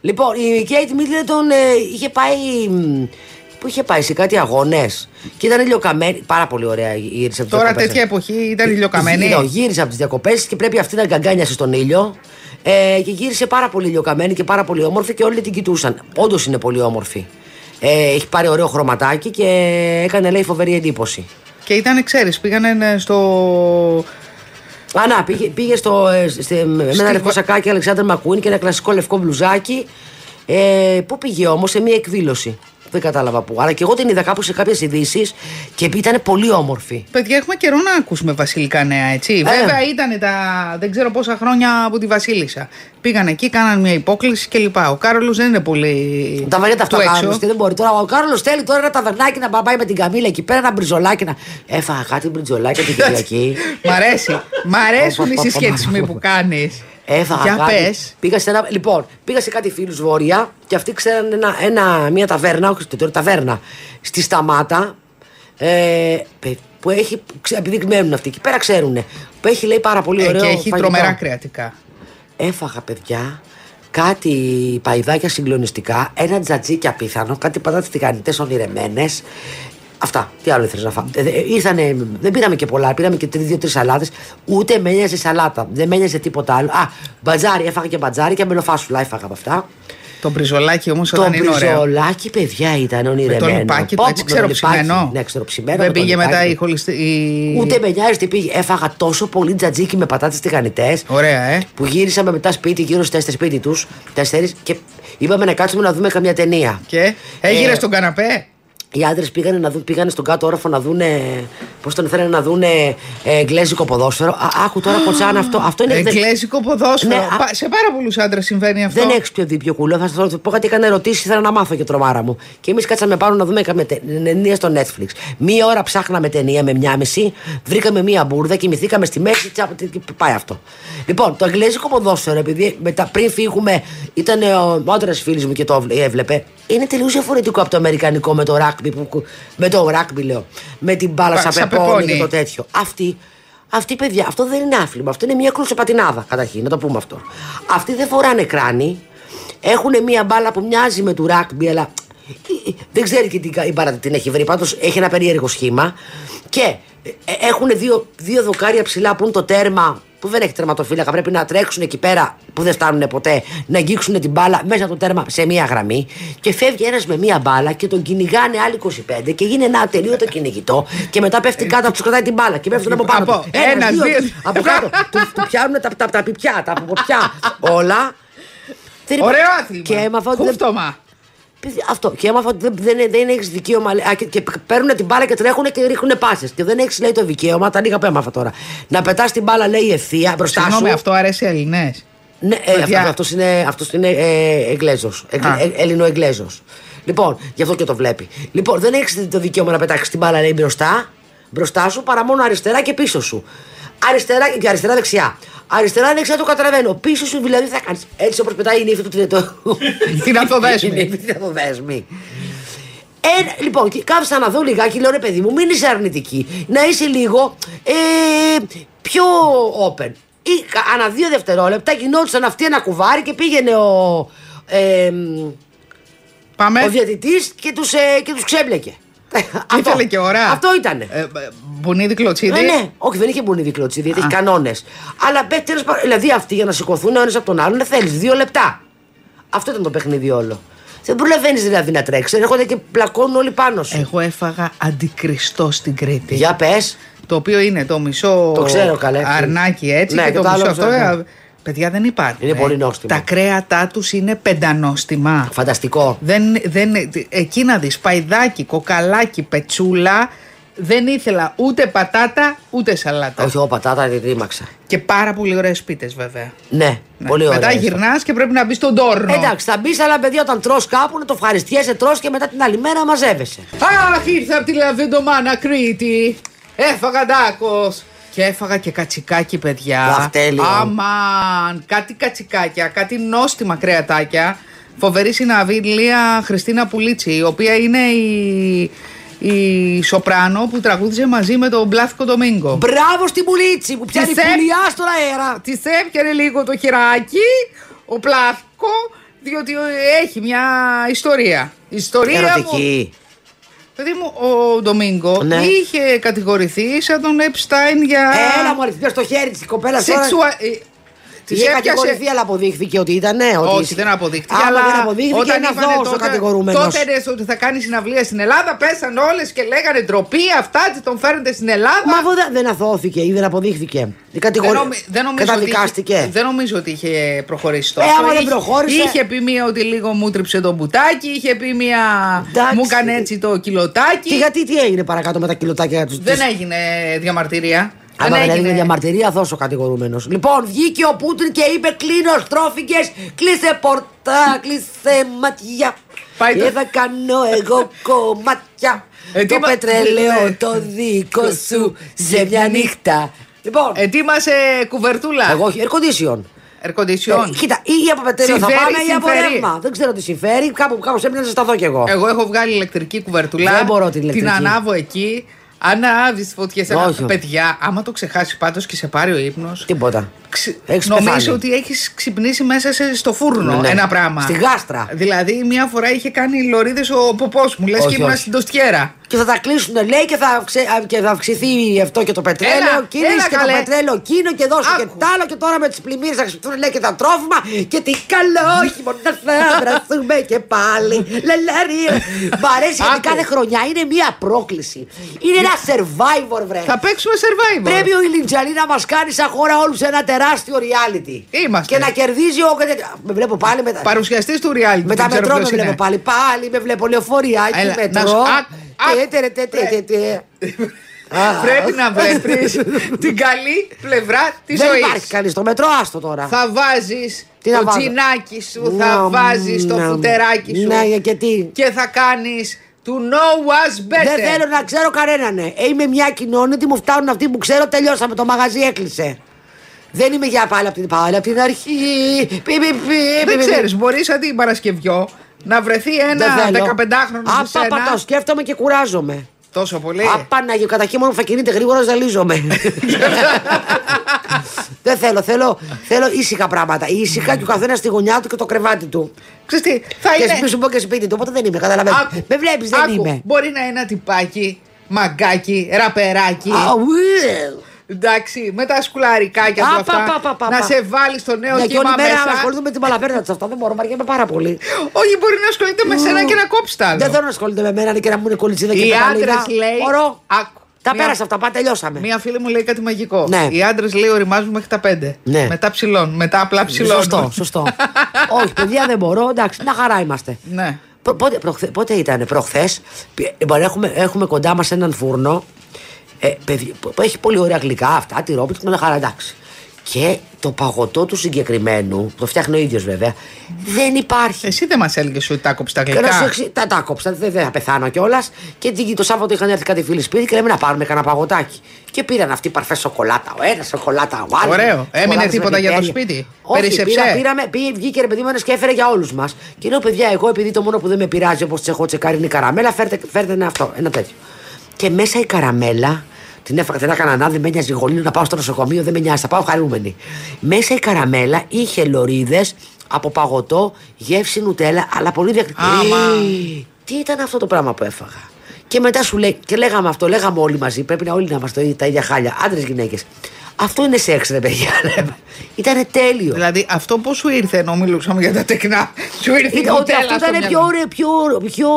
Λοιπόν, η Κέιτ Μίτλετον ε, είχε πάει. μ, Πού είχε πάει, σε κάτι αγώνες. Και ήταν ηλιοκαμένη. Πάρα πολύ ωραία γύρισε από τις
Τώρα
διακοπές.
τέτοια εποχή
Ε,
ήταν
Γύρω,
ηλιοκαμένη.
γύρισε από τις διακοπές και πρέπει αυτή να γκαγκάνιασε στον ήλιο. Ε, και γύρισε πάρα πολύ λιωκαμένη και πάρα πολύ όμορφη και όλοι την κοιτούσαν. Όντως είναι πολύ όμορφη. Ε, έχει πάρει ωραίο χρωματάκι και έκανε λέει φοβερή εντύπωση.
Και ήταν, ξέρεις, πήγανε ε, στο.
Α, να, πήγε, πήγε στο, ε, στε- με ένα
Στη-
λευκό σακάκι Αλεξάνδρ Μακουίν και ένα κλασικό λευκό μπλουζάκι. Ε, πού πήγε όμως, σε μια εκδήλωση. Δεν κατάλαβα πού. Αλλά και εγώ την είδα κάπου σε κάποιες ειδήσεις και ήταν πολύ όμορφη.
Παιδιά, έχουμε καιρό να ακούσουμε βασιλικά νέα, έτσι.
Ε.
Βέβαια, ήταν τα δεν ξέρω πόσα χρόνια από τη Βασίλισσα. Πήγαν εκεί, κάναν μια υπόκληση κλπ. Ο Κάρολος δεν είναι πολύ.
Τα βαριά τα αυτά
του έξω.
Κάρλος και δεν μπορεί. Τώρα ο Κάρλο θέλει τώρα ένα ταβερνάκι να πάει με την Καμίλα εκεί πέρα, ένα μπριζολάκι να. Έφαγα κάτι μπριζολάκι την Κυριακή.
Μ' αρέσει. Μ' αρέσουν οι
Πα, πα, πα,
συσχετισμοί
πα, πα.
που κάνεις.
Έφαγα
Για
κάτι.
πες.
Πήγα σε ένα, λοιπόν, πήγα σε κάτι φίλους βόρεια και αυτοί ξέραν ένα, ένα, μια ταβέρνα, όχι το τώρα ταβέρνα, στη Σταμάτα. Ε, παι- που έχει, ξε- επειδή μένουν αυτοί εκεί πέρα ξέρουν, που έχει λέει πάρα πολύ ωραίο
Ε, και έχει
φαγητό.
τρομερά κρεατικά.
Έφαγα παιδιά κάτι παϊδάκια συγκλονιστικά, ένα τζατζίκι απίθανο, κάτι πατάτες τηγανιτές ονειρεμένες. Αυτά. Τι άλλο ήθελες να φάμε. Ε, δε- ήρθανε, δεν πήραμε και πολλά, πήραμε και δύο-τρει σαλάτες. Ούτε με ένοιαζε σαλάτα. Δεν με ένοιαζε τίποτα άλλο. Α, μπατζάρι, έφαγα και μπατζάρι και μελοφάσουλα έφαγα από αυτά.
Το μπριζολάκι όμως
το
όταν είναι ωραίο.
μπριζολάκι, παιδιά, ήταν
Με
ονειρεμένο.
το λιπάκι του
Πω,
έτσι
πω, με το λιπάκι.
ξεροψημένο.
Ναι, ξεροψημένο.
Δεν
με το
πήγε μετά
λιπάκι.
η χολιστή.
Ούτε με νοιάζει τι πήγε. Έφαγα τόσο πολύ τζατζίκι με πατάτες τηγανιτές
Ωραία, ε.
που γύρισαμε μετά σπίτι, γύρω στις 4 σπίτι τους, 4 και είπαμε να κάτσουμε να δούμε καμιά ταινία.
Και έγειρες
Ε,
στον καναπέ.
Οι άντρες πήγανε, να δουν, πήγανε στον κάτω όροφο να δούνε. Πώς τον θέλανε να δούνε ε, εγγλέζικο ποδόσφαιρο. Α, άκου τώρα κοτσάν αυτό. Αυτό είναι. ναι, δεν-
Εγκλέσικο Ε, ποδόσφαιρο.
Ναι, α-
Πα- Σε πάρα πολλούς άντρες συμβαίνει αυτό.
Δεν έχεις πιο δει πιο κουλό. Θα σα πω γιατί έκανα ερωτήσεις, ήθελα να μάθω και τρομάρα μου. Και εμείς κάτσαμε πάνω να δούμε έκαμε τε- ταινία στο Netflix. Μία ώρα ψάχναμε ταινία με μία μισή, βρήκαμε μία μπουρδα, κοιμηθήκαμε στη μέση. Τσα, τι- τι- πάει αυτό. Λοιπόν, το αγγλικό ποδόσφαιρο, επειδή μετά, πριν φύγουμε ήταν ο άντρας φίλης μου και το έβλεπε, είναι τελείως διαφορετικό από το αμερικανικό με το ράκμπι. που- που- Με το ράκμπι, λέω. Με την μπάλα
Πα-
σαν
σαν
πεπόνι και
πεπόνι.
το τέτοιο. Αυτή, αυτή παιδιά, αυτό δεν είναι άθλημα. Αυτό είναι μια κλωσοπατινάδα, καταρχήν, να το πούμε αυτό. Αυτοί δεν φοράνε κράνη. Έχουν μια μπάλα που μοιάζει με του ράκμπι, αλλά ε, ε, δεν ξέρει και την κα- η μπάλα τι την έχει βρει. Πάντως έχει ένα περίεργο σχήμα. Και έχουν δύο, δύο δοκάρια ψηλά που είναι το τέρμα που δεν έχει τερματοφύλακα. Πρέπει να τρέξουν εκεί πέρα που δεν φτάνουν ποτέ, να αγγίξουν την μπάλα μέσα από το τέρμα σε μία γραμμή. Και φεύγει ένας με μία μπάλα και τον κυνηγάνε άλλοι 25 και γίνει ένα ατελείωτο κυνηγητό. Και μετά πέφτει κάτω, τους κρατάει την μπάλα και πέφτουν από πάνω.
Από
του.
ένας,
Ένας, δύο,
δύο.
τρεις, από κάτω. του, του πιάνουν τα, τα, τα πιπιά, τα ποπιά. όλα. Δεν υπά-
Ωραίο άθλημα.
Και έμαθα ότι δεν-
Χούφτωμα.
Παιδιά, Αυτό. Και έμαθα ότι δεν, δεν, δεν έχεις δικαίωμα. λέει, α, Και, και παίρνουν την μπάλα και τρέχουν και ρίχνουν πάσες. Και δεν έχεις, λέει, το δικαίωμα. Τα λίγα που έμαθα τώρα. Να πετάς την μπάλα, λέει, ευθεία μπροστά
Συγγνώμη,
σου.
αυτό αρέσει Ελληνές.
Ναι, ε, αυτό,
Παιδιά.
αυτός είναι, αυτός είναι ε, Εγγλέζος, Εγγλ-
Α.
ε, Ελληνοεγγλέζος. Λοιπόν, γι' αυτό και το βλέπει. Λοιπόν, δεν έχεις το δικαίωμα να πετάξεις την μπάλα λέει, μπροστά, μπροστά σου παρά μόνο αριστερά και πίσω σου. Αριστερά και αριστερά-δεξιά. Αριστερά-δεξιά το καταλαβαίνω. Πίσω σου δηλαδή θα κάνεις. Έτσι όπως πετάει η νύφη του τριτό.
Την
Η
ανθοδέσμη.
νύφη Την αθοδέσμη. Ε, λοιπόν, και κάθισα να δω λιγάκι, λέω ρε παιδί μου, μην είσαι αρνητική. Να είσαι λίγο ε, πιο open. Ή, κα- ανά δύο δευτερόλεπτα γινόντουσαν αυτοί ένα κουβάρι και πήγαινε ο, ε,
Πάμε.
ο διαιτητής και τους, ε, και τους ξέμπλεκε.
Ήθελε και ώρα.
Αυτό ήτανε.
Ε, ε, μπουνίδι κλωτσίδι.
Ναι, ναι, όχι, δεν είχε μπουνίδι κλωτσίδι, γιατί έχει κανόνες. Αλλά μπε- τέλος πάντων, δηλαδή αυτοί για να σηκωθούν ο ένας από τον άλλον θέλεις δύο λεπτά. Αυτό ήταν το παιχνίδι όλο. Δεν προλαβαίνει δηλαδή να τρέξεις. Έρχονται και πλακώνουν όλοι πάνω σου.
Εγώ έφαγα αντικριστό στην Κρήτη.
Για πες.
Το οποίο είναι το μισό
Το ξέρω καλά, έτσι.
αρνάκι έτσι
Ναι,
και,
και
το,
το άλλο
μισό
ξέρω,
αυτό.
ναι.
ε, Παιδιά δεν υπάρχουν.
Είναι πολύ νόστιμο.
Τα κρέατά τους είναι πεντανόστιμα.
Φανταστικό.
Δεν, δεν, εκεί να δεις παϊδάκι, κοκαλάκι, πετσούλα Δεν ήθελα ούτε πατάτα ούτε σαλάτα
Όχι, εγώ πατάτα την τρίμαξα.
Και πάρα πολύ ωραίες πίτες βέβαια
Ναι,
Ναι.
πολύ ωραία.
Μετά
αυτό.
γυρνάς και πρέπει να μπεις στον τόρνο
Εντάξει, θα μπεις, αλλά παιδιά, όταν τρώ κάπου, να το ευχαριστιέσαι, τρώ και μετά την άλλη μέρα μαζεύεσαι.
Αχ ήρθα από τη Λαβεντομάνα Κρήτη Έφαγα τάκος και έφαγα και κατσικάκι, παιδιά.
Αχ, τέλειο.
Αμάν, κάτι κατσικάκια, κάτι νόστιμα κρεατάκια. Φοβερή συναυλία Χριστίνα Πουλίτση, η οποία είναι η, η σοπράνο που τραγούδιζε μαζί με τον Μπλάθκο Ντομίνγκο.
Μπράβο στην πουλίτσι που πιάνει
Της έ-
πουλιά στον αέρα.
Της έπιανε λίγο το χεράκι, ο Πλάθκο, διότι έχει μια ιστορία. Η ιστορία μου.
Ερωτική.
Παιδί μου, ο Ντομίνγκο
Ναι.
είχε κατηγορηθεί σαν τον Επστάιν για.
Έλα μου, αριθμό στο χέρι της κοπέλα.
σεξουα- ε,
Της
Της
είχε
έπιασε.
κατηγορηθεί, αλλά αποδείχθηκε ότι ήταν.
Όχι, δεν αποδείχτηκε.
Αλλά
αλλά
δεν αποδείχθηκε,
όταν
είναι
είπανε
αθώο ο
τότε-
κατηγορούμενο.
Τότε ρε, ότι θα κάνει συναυλία στην Ελλάδα, πέσαν όλες και λέγανε ντροπή αυτά, τι τον φέρνετε στην Ελλάδα.
Μα αφού δεν- δεν αθώθηκε ή δεν αποδείχθηκε. Η κατηγορία.
Δεν, νομι- δεν νομίζω
Καταδικάστηκε.
Ότι, είχε- δεν νομίζω ότι είχε προχωρήσει
Ε,
τόσο.
άμα δεν προχώρησε-
Είχε πει μία ότι λίγο μου τρίψε το μπουτάκι, είχε πει μία.
Εντάξει.
Μου έκανε έτσι το κιλοτάκι.
Και γιατί τι έγινε παρακάτω με τα κιλοτάκια τους.
Δεν έγινε διαμαρτυρία.
Αλλά δεν έγινε δηλαδή διαμαρτυρία, θα ο κατηγορούμενος. Λοιπόν, βγήκε ο Πούτιν και είπε: Κλείνω, στρόφιγγε, κλείσε πορτά, κλείσε ματιά.
Πάει το-
Και θα κάνω εγώ κομμάτια.
Ε, τι
το
μα-
πετρελαίο
Ναι.
το δικό σου σε μια νύχτα. Λοιπόν,
Ετοίμασε κουβερτούλα.
εγώ όχι, air condition.
Air condition.
Ε, Κοίτα, ή από πετρέλαιο θα
Συμφέρει,
πάμε ή από
συμφέρει.
ρεύμα. Δεν ξέρω τι συμφέρει. Κάπου, κάπως έπρεπε να σταθώ κι εγώ.
Εγώ έχω βγάλει ηλεκτρική κουβερτούλα.
Δεν μπορώ την ηλεκτρική.
ανάβω εκεί. Ανάβεις φωτιές.
Όχι.
Παιδιά, άμα το ξεχάσει πάντως και σε πάρει ο ύπνος.
Τίποτα.
Ξυ...
Έχεις πεθάνει.
Νομίζω ότι έχεις ξυπνήσει μέσα σε, στο φούρνο
Ναι.
ένα πράγμα.
Στη γάστρα.
Δηλαδή, μία φορά είχε κάνει λωρίδες ο ποπός μου. Λες
Όχι,
και ήμουν
όχι.
στην τοστιέρα.
Και θα τα κλείσουν, λέει, και θα, ξε- α, και θα αυξηθεί αυτό και το πετρέλαιο
Έλα,
εκείνη
έλα,
και το
καλέ.
πετρέλαιο εκείνο και δώσε και
Άκου.
τ' άλλο. Και τώρα με τις πλημμύρες θα ξυπνούν, λέει, και τα τρόφιμα. Και τι καλό, όχι μόνο θα βρεθούμε και πάλι. Λελαρία. Μ' αρέσει γιατί
Άκου.
κάθε χρονιά είναι μία πρόκληση. Είναι ένα survivor, βρε.
Θα παίξουμε survivor.
Ε. Πρέπει ο Ηλιντζαλή να μας κάνει σαν χώρα όλους ένα τεράστιο reality.
Είμαστε.
Και να κερδίζει ο. Με βλέπω πάλι μετά.
Παρουσιαστής του reality.
Με τα
δεν ξέρω
μετρό με
ποιος είναι.
βλέπω πάλι. Πάλι με βλέπω λεωφορεία. Εκεί
Έλα, να
μετρό.
σου- άκου. Ε,
Τε, τε, ρε, τε, τε, τε, τε. Α,
Πρέπει να βρει την καλή πλευρά της
Δεν
ζωής.
υπάρχει κανεί στο μετρό, άστο τώρα.
Θα βάζεις
Τι να
το
βάζω?
τσινάκι σου,
Να,
θα βάζεις το
να,
φουτεράκι σου.
ναι, και τι?
Και θα κάνεις του no was better.
Δεν θέλω να ξέρω κανέναν. Ναι. Ε, Είμαι μια κοινότητα, μου φτάνουν αυτοί που ξέρω, τελειώσαμε. Το μαγαζί έκλεισε. Δεν είμαι για πάλι από την, πάλι απ' την αρχή. Πι, πι, πι,
Δεν
πι, πι.
ξέρεις, μπορείς αντί την Παρασκευιό να βρεθεί
Δεν
ένα
θέλω.
15χρονο
Απα,
που σένα.
απα, το σκέφτομαι και κουράζομαι.
Τόσο πολύ.
Απαναγιο, καταρχήν μόνο που θα κινείται γρήγορα, ζαλίζομαι. Δεν θέλω, θέλω, θέλω ήσυχα πράγματα. Ήσυχα και ο καθένας στη γωνιά του και το κρεβάτι του.
Ξέρεις τι, θα
Και
Ε, είναι.
σπίτι σου πω και σπίτι του, οπότε δεν είμαι, καταλαβαίνω.
Άκου,
Με βλέπεις, δεν
άκου,
είμαι.
Μπορεί να είναι ένα τυπάκι, μαγκάκι, ραπεράκι.
Α, ε. ουε.
Εντάξει, με τα σκουλαρικάκια
Α,
του
πα,
αυτά.
πα, πα, πα,
να
πα.
σε βάλει στο νέο
Ναι, και όλη
κύμα
μέρα
Ε, μέσα.
ασχολούμαι με την παλαβέρνα τη αυτά. Δεν μπορώ, βαριέμαι πάρα πολύ.
Όχι, μπορεί να ασχολείται με σένα και να κόψει τα
Δεν
άλλα.
θέλω να ασχολείται με μένα και να μου είναι κολλητσίδα και
Οι
πεταλίδα.
άντρε λέει.
Μπορώ.
Άκου.
Τα
Μία-
πέρασα αυτά, πά, τελειώσαμε.
Μία φίλη μου λέει κάτι μαγικό.
Ναι.
Οι άντρες λέει οριμάζουν μέχρι τα 5.
Ναι.
Μετά ψηλών. Μετά απλά ψηλών.
Σωστό, σωστό. Όχι, παιδιά δεν μπορώ, εντάξει, μια χαρά είμαστε.
ναι.
Πο- Πότε, προχθε, πότε ήταν, προχθέ. Έχουμε, έχουμε κοντά μας έναν φούρνο ε, παιδί, που που έχει πολύ ωραία γλυκά αυτά, τυρόπιτα, με χαρά, εντάξει. Και το παγωτό του συγκεκριμένου, το φτιάχνει ο ίδιος βέβαια, δεν υπάρχει.
Εσύ δεν μας έλεγες ότι τα κόψεις τα
Και να σου
Ε, γλυκά.
εξ- τα, τα κόψα, δεν δεν θα πεθάνω κιόλας. Και την- το Σάββατο είχαν έρθει κάτι φίλοι σπίτι και λέμε να πάρουμε κανένα παγωτάκι. Και πήραν αυτοί παρφές σοκολάτα. Ο ένας σοκολάτα, ο άλλος.
Ωραίο. Έμεινε τίποτα για το σπίτι?
Όχι,
Περίσσεψε?
πήρα, πήραμε, πήγε, βγήκε ρε παιδί μου ένας και έφερε για όλους μας. Και λέω παιδιά, εγώ επειδή το μόνο που δεν με πειράζει όπως τις έχω τσεκάρει είναι η καραμέλα, φέρτε, φέρτε ένα αυτό, ένα τέτοιο. Και μέσα η καραμέλα. Την έφαγα, την έκανα να, δεν με νοιάζει γολίνο να πάω στο νοσοκομείο, δεν με νοιάζει, θα πάω χαρούμενη. Μέσα η καραμέλα είχε λωρίδες από παγωτό, γεύση νουτέλα, αλλά πολύ διακριτική.
Άμα.
Τι ήταν αυτό το πράγμα που έφαγα. Και μετά σου λέει, και λέγαμε αυτό, λέγαμε όλοι μαζί. Πρέπει να όλοι να είμαστε τα ίδια χάλια, άντρες γυναίκες. Αυτό είναι σεξ, ρε παιδιά. Ήταν τέλειο.
Δηλαδή αυτό πώς σου ήρθε ενώ μιλούσαμε για τα τεκνά. Σου ήρθε η
Ήταν, ότι
νουτέλα
αυτό
στο
ήταν
μυαλό.
πιο ωραίο, πιο, ωραίο, πιο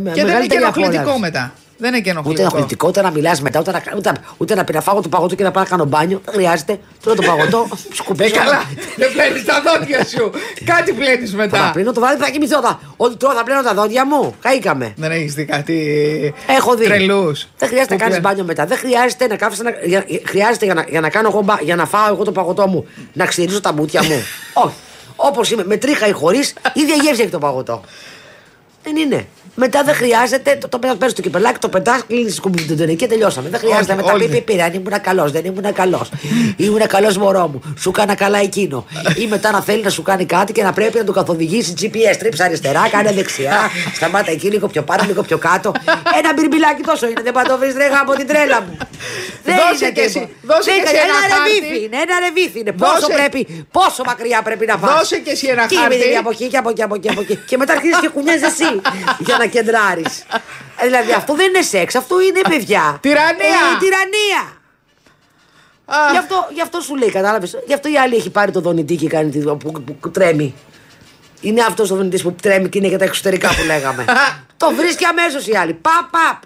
Και δεν
με-
είναι και
μεγαλύτερη
ενοχλητικό
απόλαυση.
μετά. Δεν είναι και
Ούτε
ενοχλητικό.
ενοχλητικό, ούτε να μιλάς μετά, ούτε να, ούτε, ούτε να πειραφάγω το παγωτό και να πάω να κάνω μπάνιο. Δεν χρειάζεται. Τρώω το παγωτό,
Ε,
σκουπίζω.
καλά. Δεν πλένει τα δόντια σου. Κάτι πλένεις
Θα τα
μετά.
πλύνω το βράδυ, θα κοιμηθώ. θα- Ό,τι τρώω, θα πλύνω τα δόντια μου. Καήκαμε.
Δεν έχεις δει κάτι.
Έχω δει.
Τρελούς.
Δεν χρειάζεται να κάνει μπάνιο μετά. Δεν χρειάζεται να κάψεις να- για, χρειάζεται για, να, για να κάνω εγώ, μπα- για να φάω εγώ το παγωτό μου, να ξυρίζω τα μπουτια μου. Όχι. Όπως είμαι, με τρίχα ή χωρίς, ίδια γεύση έχει το παγωτό. Δεν είναι. Μετά δεν χρειάζεται, το, το παίρνει το κυπελάκι, το πετάς, κλείνεις σκουμπί την τονική και τελειώσαμε. Δεν χρειάζεται.
Όλοι-
Μετά πει
όλοι.
πει πήρα, αν ήμουν καλός, δεν ήμουν καλό. ήμουν καλός μωρό μου, σου κάνα καλά εκείνο. Ή μετά να θέλει να σου κάνει κάτι και να πρέπει να το καθοδηγήσει GPS. Τρίψα αριστερά, κάνε δεξιά, σταμάτα εκεί λίγο πιο πάνω, λίγο πιο κάτω. Ένα μπιρμπιλάκι τόσο είναι, δεν πατώβρει ρεγά από την τρέλα μου.
Δώσε
είναι
και
τίποτα.
εσύ- δώσε
Δεν
και
είναι-
εσύ ένα χάρτη.
ρεβίθι είναι, ένα ρεβίθι είναι. Πόσο
Δώσε-
πρέπει, πόσο μακριά πρέπει να πας.
Δώσε και εσύ ένα
Και
χάρτη.
είμαι από εκεί και από εκεί από εκεί. Από εκεί. και μετά αρχίζεις και κουνιάζεις εσύ για να κεντράρεις. δηλαδή αυτό δεν είναι σεξ, αυτό είναι παιδιά.
Τυραννία.
Ε, τυραννία. Γι αυτό, γι' αυτό σου λέει, κατάλαβες. Γι' αυτό η άλλη έχει πάρει το δονητή και κάνει τη, που, που, που τρέμει. Είναι αυτός ο δονητής που τρέμει και είναι για τα εξωτερικά που λέγαμε. το βρίσκει αμέσως η άλλη. Παπ, παπ.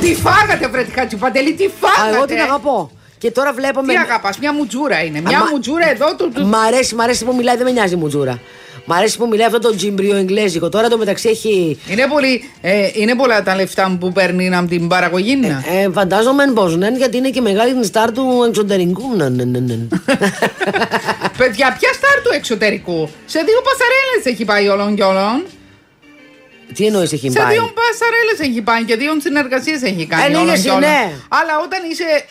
Τι φάγατε, βρε τη Χατζηπαντελή, τι
Α,
φάγατε.
εγώ την αγαπώ. Και τώρα βλέπω
Τι
με.
αγαπάς, μια μουτζούρα είναι. Μια
Αμα-
μουτζούρα εδώ του. του-
Μ' αρέσει, μ' αρέσει που μιλάει, δεν με νοιάζει η μουτζούρα. Μ' αρέσει που μιλάει αυτό το τζιμπριό εγγλέζικο. Τώρα το μεταξύ έχει
Είναι, πολύ, ε, είναι πολλά τα λεφτά που παίρνει από την παραγωγή. να.
Ε, φαντάζομαι πω ναι, γιατί είναι και μεγάλη την στάρ του εξωτερικού. Ναι, ναι, ναι, ναι.
Παιδιά, ποια στάρ του εξωτερικού. Σε δύο πασαρέλες έχει πάει όλων και όλων.
Τι εννοείς έχει
Σε
πάει.
δύο πασαρέλες έχει πάει και δύο συνεργασίες έχει κάνει.
Ε,
όλων
λίγες
και όλων.
είναι.
Αλλά όταν είσαι.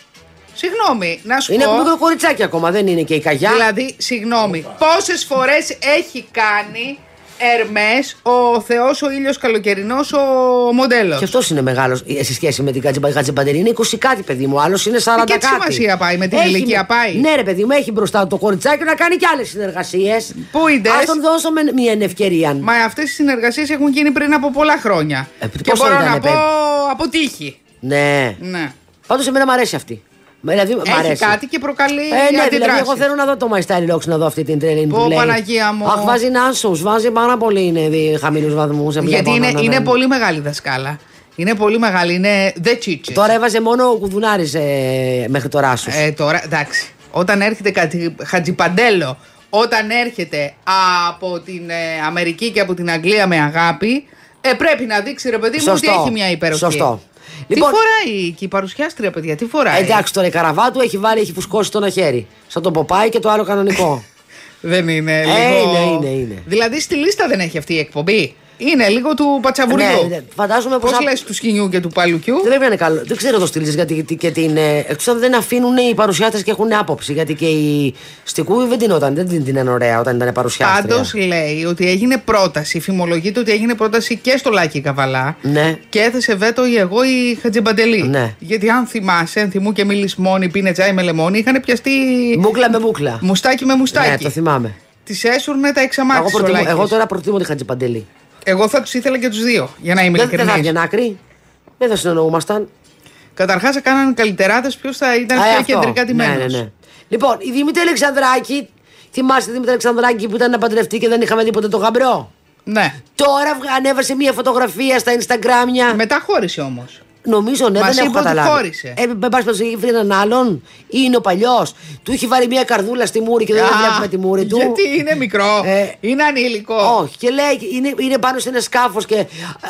Συγγνώμη, να σου
Είναι
πω.
μικρό κοριτσάκι ακόμα, δεν είναι και η καγιά.
Δηλαδή, συγγνώμη, πόσες φορές έχει κάνει Ερμές ο Θεός, ο ήλιος καλοκαιρινός, ο μοντέλος.
Και αυτός είναι μεγάλος σε σχέση με την Κατζιμπαντελή. Είναι 20 κάτι, παιδί μου. Άλλος είναι 40
Ε, Και
κάτι.
τι σημασία πάει, με την
Έχει-
ηλικία πάει.
Ναι, ρε παιδί μου, έχει μπροστά του το κοριτσάκι να κάνει και άλλες συνεργασίες.
Πού είδες?
Ας τον δώσουμε μια ευκαιρία.
Μα αυτές οι συνεργασίες έχουν γίνει πριν από πολλά χρόνια.
Ε,
και
πόσο
μπορώ
ήτανε,
να πω
παιδί?
από τύχη.
Ναι.
Ναι.
Πάντως εμένα μου αρέσει αυτή. Δηλαδή, μ'
Έχει
αρέσει.
κάτι και προκαλεί
Ε, ναι, δηλαδή,
αντιδράσεις.
εγώ θέλω να δω το My Style Locks, να δω αυτή την τρελή που
Πω,
λέει.
Παναγία μου.
Αχ, βάζει νάσου, βάζει πάρα πολύ είναι χαμηλούς βαθμούς.
Γιατί
ναι,
είναι, είναι πολύ μεγάλη η δασκάλα. Είναι πολύ μεγάλη. Είναι δε τσίτσι.
Τώρα έβαζε μόνο ο κουδουνάρης ε, μέχρι τώρα σου.
Ε, τώρα, εντάξει. Όταν έρχεται κάτι Χατζιπαντέλο, όταν έρχεται από την ε, Αμερική και από την Αγγλία με αγάπη, ε, Ε, πρέπει να δείξει ρε παιδί μου ότι
Σωστό.
έχει μια υπεροχή.
Σωστό.
Τι
Λοιπόν-
φοράει και η παρουσιάστρια, παιδιά, τι φοράει.
Ε, Εντάξει τώρα η καραβά του έχει βάλει, έχει φουσκώσει το ένα χέρι. Σαν τον Ποπάι και το άλλο κανονικό.
Δεν είναι
Ε,
λίγο.
είναι, είναι, είναι.
Δηλαδή στη λίστα δεν έχει αυτή η εκπομπή. Είναι λίγο του πατσαβουριού.
Ναι, ναι, φαντάζομαι πως
Πώς
α-
λες του σκηνιού και του παλουκιού.
δεν πρέπει να είναι καλό. Δεν ξέρω το στυλίζει γιατί τι- και την. ε, Εκτός αν δεν αφήνουν οι παρουσιάτες και έχουν άποψη. Γιατί και η Στικούη δεν την, όταν, δεν την, την είναι ωραία όταν ήταν παρουσιάστρια.
Πάντως λέει ότι έγινε πρόταση, φημολογείται ότι έγινε πρόταση και στο Λάκη Καβαλά.
Ναι.
Και έθεσε βέτο η εγώ η Χατζεμπαντελή.
Ναι.
Γιατί αν θυμάσαι, αν θυμού και μη λησμόνη, πίνε τσάι με λεμόνι, είχαν πιαστεί
Μούκλα με μούκλα.
μουστάκι με ε, μουστάκι.
Ναι, το θυμάμαι.
Τη έσουρνε τα
Εγώ,
εξαμάτια
προτιμώ- εγώ τώρα προτιμώ τη Χατζηπαντελή.
Εγώ θα τους ήθελα και τους δύο, για να είμαι
Δεν, δεν θα
ειλικρινής.
έβγαινε άκρη. Δεν θα συνεννοούμασταν.
Καταρχάς, έκαναν καλλιτεράτε ποιος θα ήταν
Α, ε,
πιο
αυτό.
κεντρικά τιμένο.
Ναι, ναι, ναι. Λοιπόν, η Δημήτρη Αλεξανδράκη. Θυμάστε τη Δημήτρη Αλεξανδράκη που ήταν να παντρευτεί και δεν είχαμε δει ποτέ το γαμπρό.
ναι.
Τώρα βγα- ανέβασε μία φωτογραφία στα Instagram.
Μετά χώρισε όμως.
Νομίζω ναι,
Μας
δεν έχω
είπε ότι
καταλάβει.
χώρισε.
Ε, με πάση περιπτώσει, έχει βρει έναν άλλον ή είναι ο παλιός. Του έχει βάλει μία καρδούλα στη μούρη και δεν
Α,
βλέπουμε τη μούρη του.
Γιατί είναι μικρό,
Ε,
είναι ανήλικο.
Όχι, και λέει, είναι, είναι πάνω σε ένα σκάφος και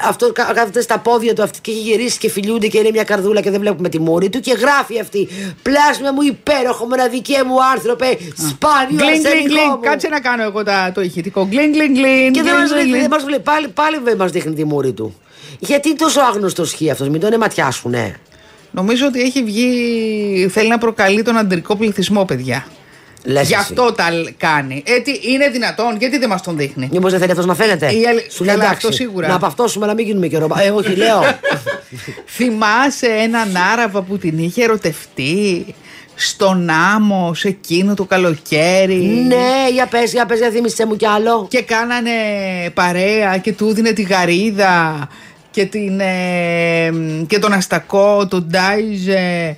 αυτό κα- κάθεται στα πόδια του αυτή και έχει γυρίσει και φιλιούνται και είναι μια καρδούλα και δεν βλέπουμε τη μούρη του. Και γράφει αυτή, πλάσμα μου υπέροχο, μοναδικέ μου άνθρωπε, σπάνιο
Γκλίν, γκλίν,
αρσενικό μου.
γκλίν. Κάτσε να κάνω εγώ τα- το ηχητικό. Γκλίν, γκλίν, γκλίν.
Και δεν
γκλίν,
μας
γκλίν,
δείχνει,
γκλίν.
δεν μας βλέπει. Πάλι, πάλι δεν μας δείχνει τη μούρη του. Γιατί τόσο άγνωστο χεί αυτός, μην τον αιματιάσουνε.
Νομίζω ότι έχει βγει. Θέλει να προκαλεί τον αντρικό πληθυσμό, παιδιά.
Λες
Γι'
εσύ.
αυτό τα λ- κάνει. Ε, τι, είναι δυνατόν, γιατί δεν μας τον δείχνει.
Μήπως δεν θέλει αυτός να φαίνεται.
Η άλλη-
Σου λέει
Καλά,
εντάξει.
αυτό σίγουρα.
Να απαυτώσουμε να μην γίνουμε και ρόμπα. Ε, όχι, λέω. Ναι.
Θυμάσαι έναν Άραβα που την είχε ερωτευτεί στον άμμο σε εκείνο το καλοκαίρι.
ναι, για πες, για πες, για θύμισε μου κι άλλο.
Και κάνανε παρέα και του έδινε τη γαρίδα και, την, ε, και τον αστακό, τον τάιζε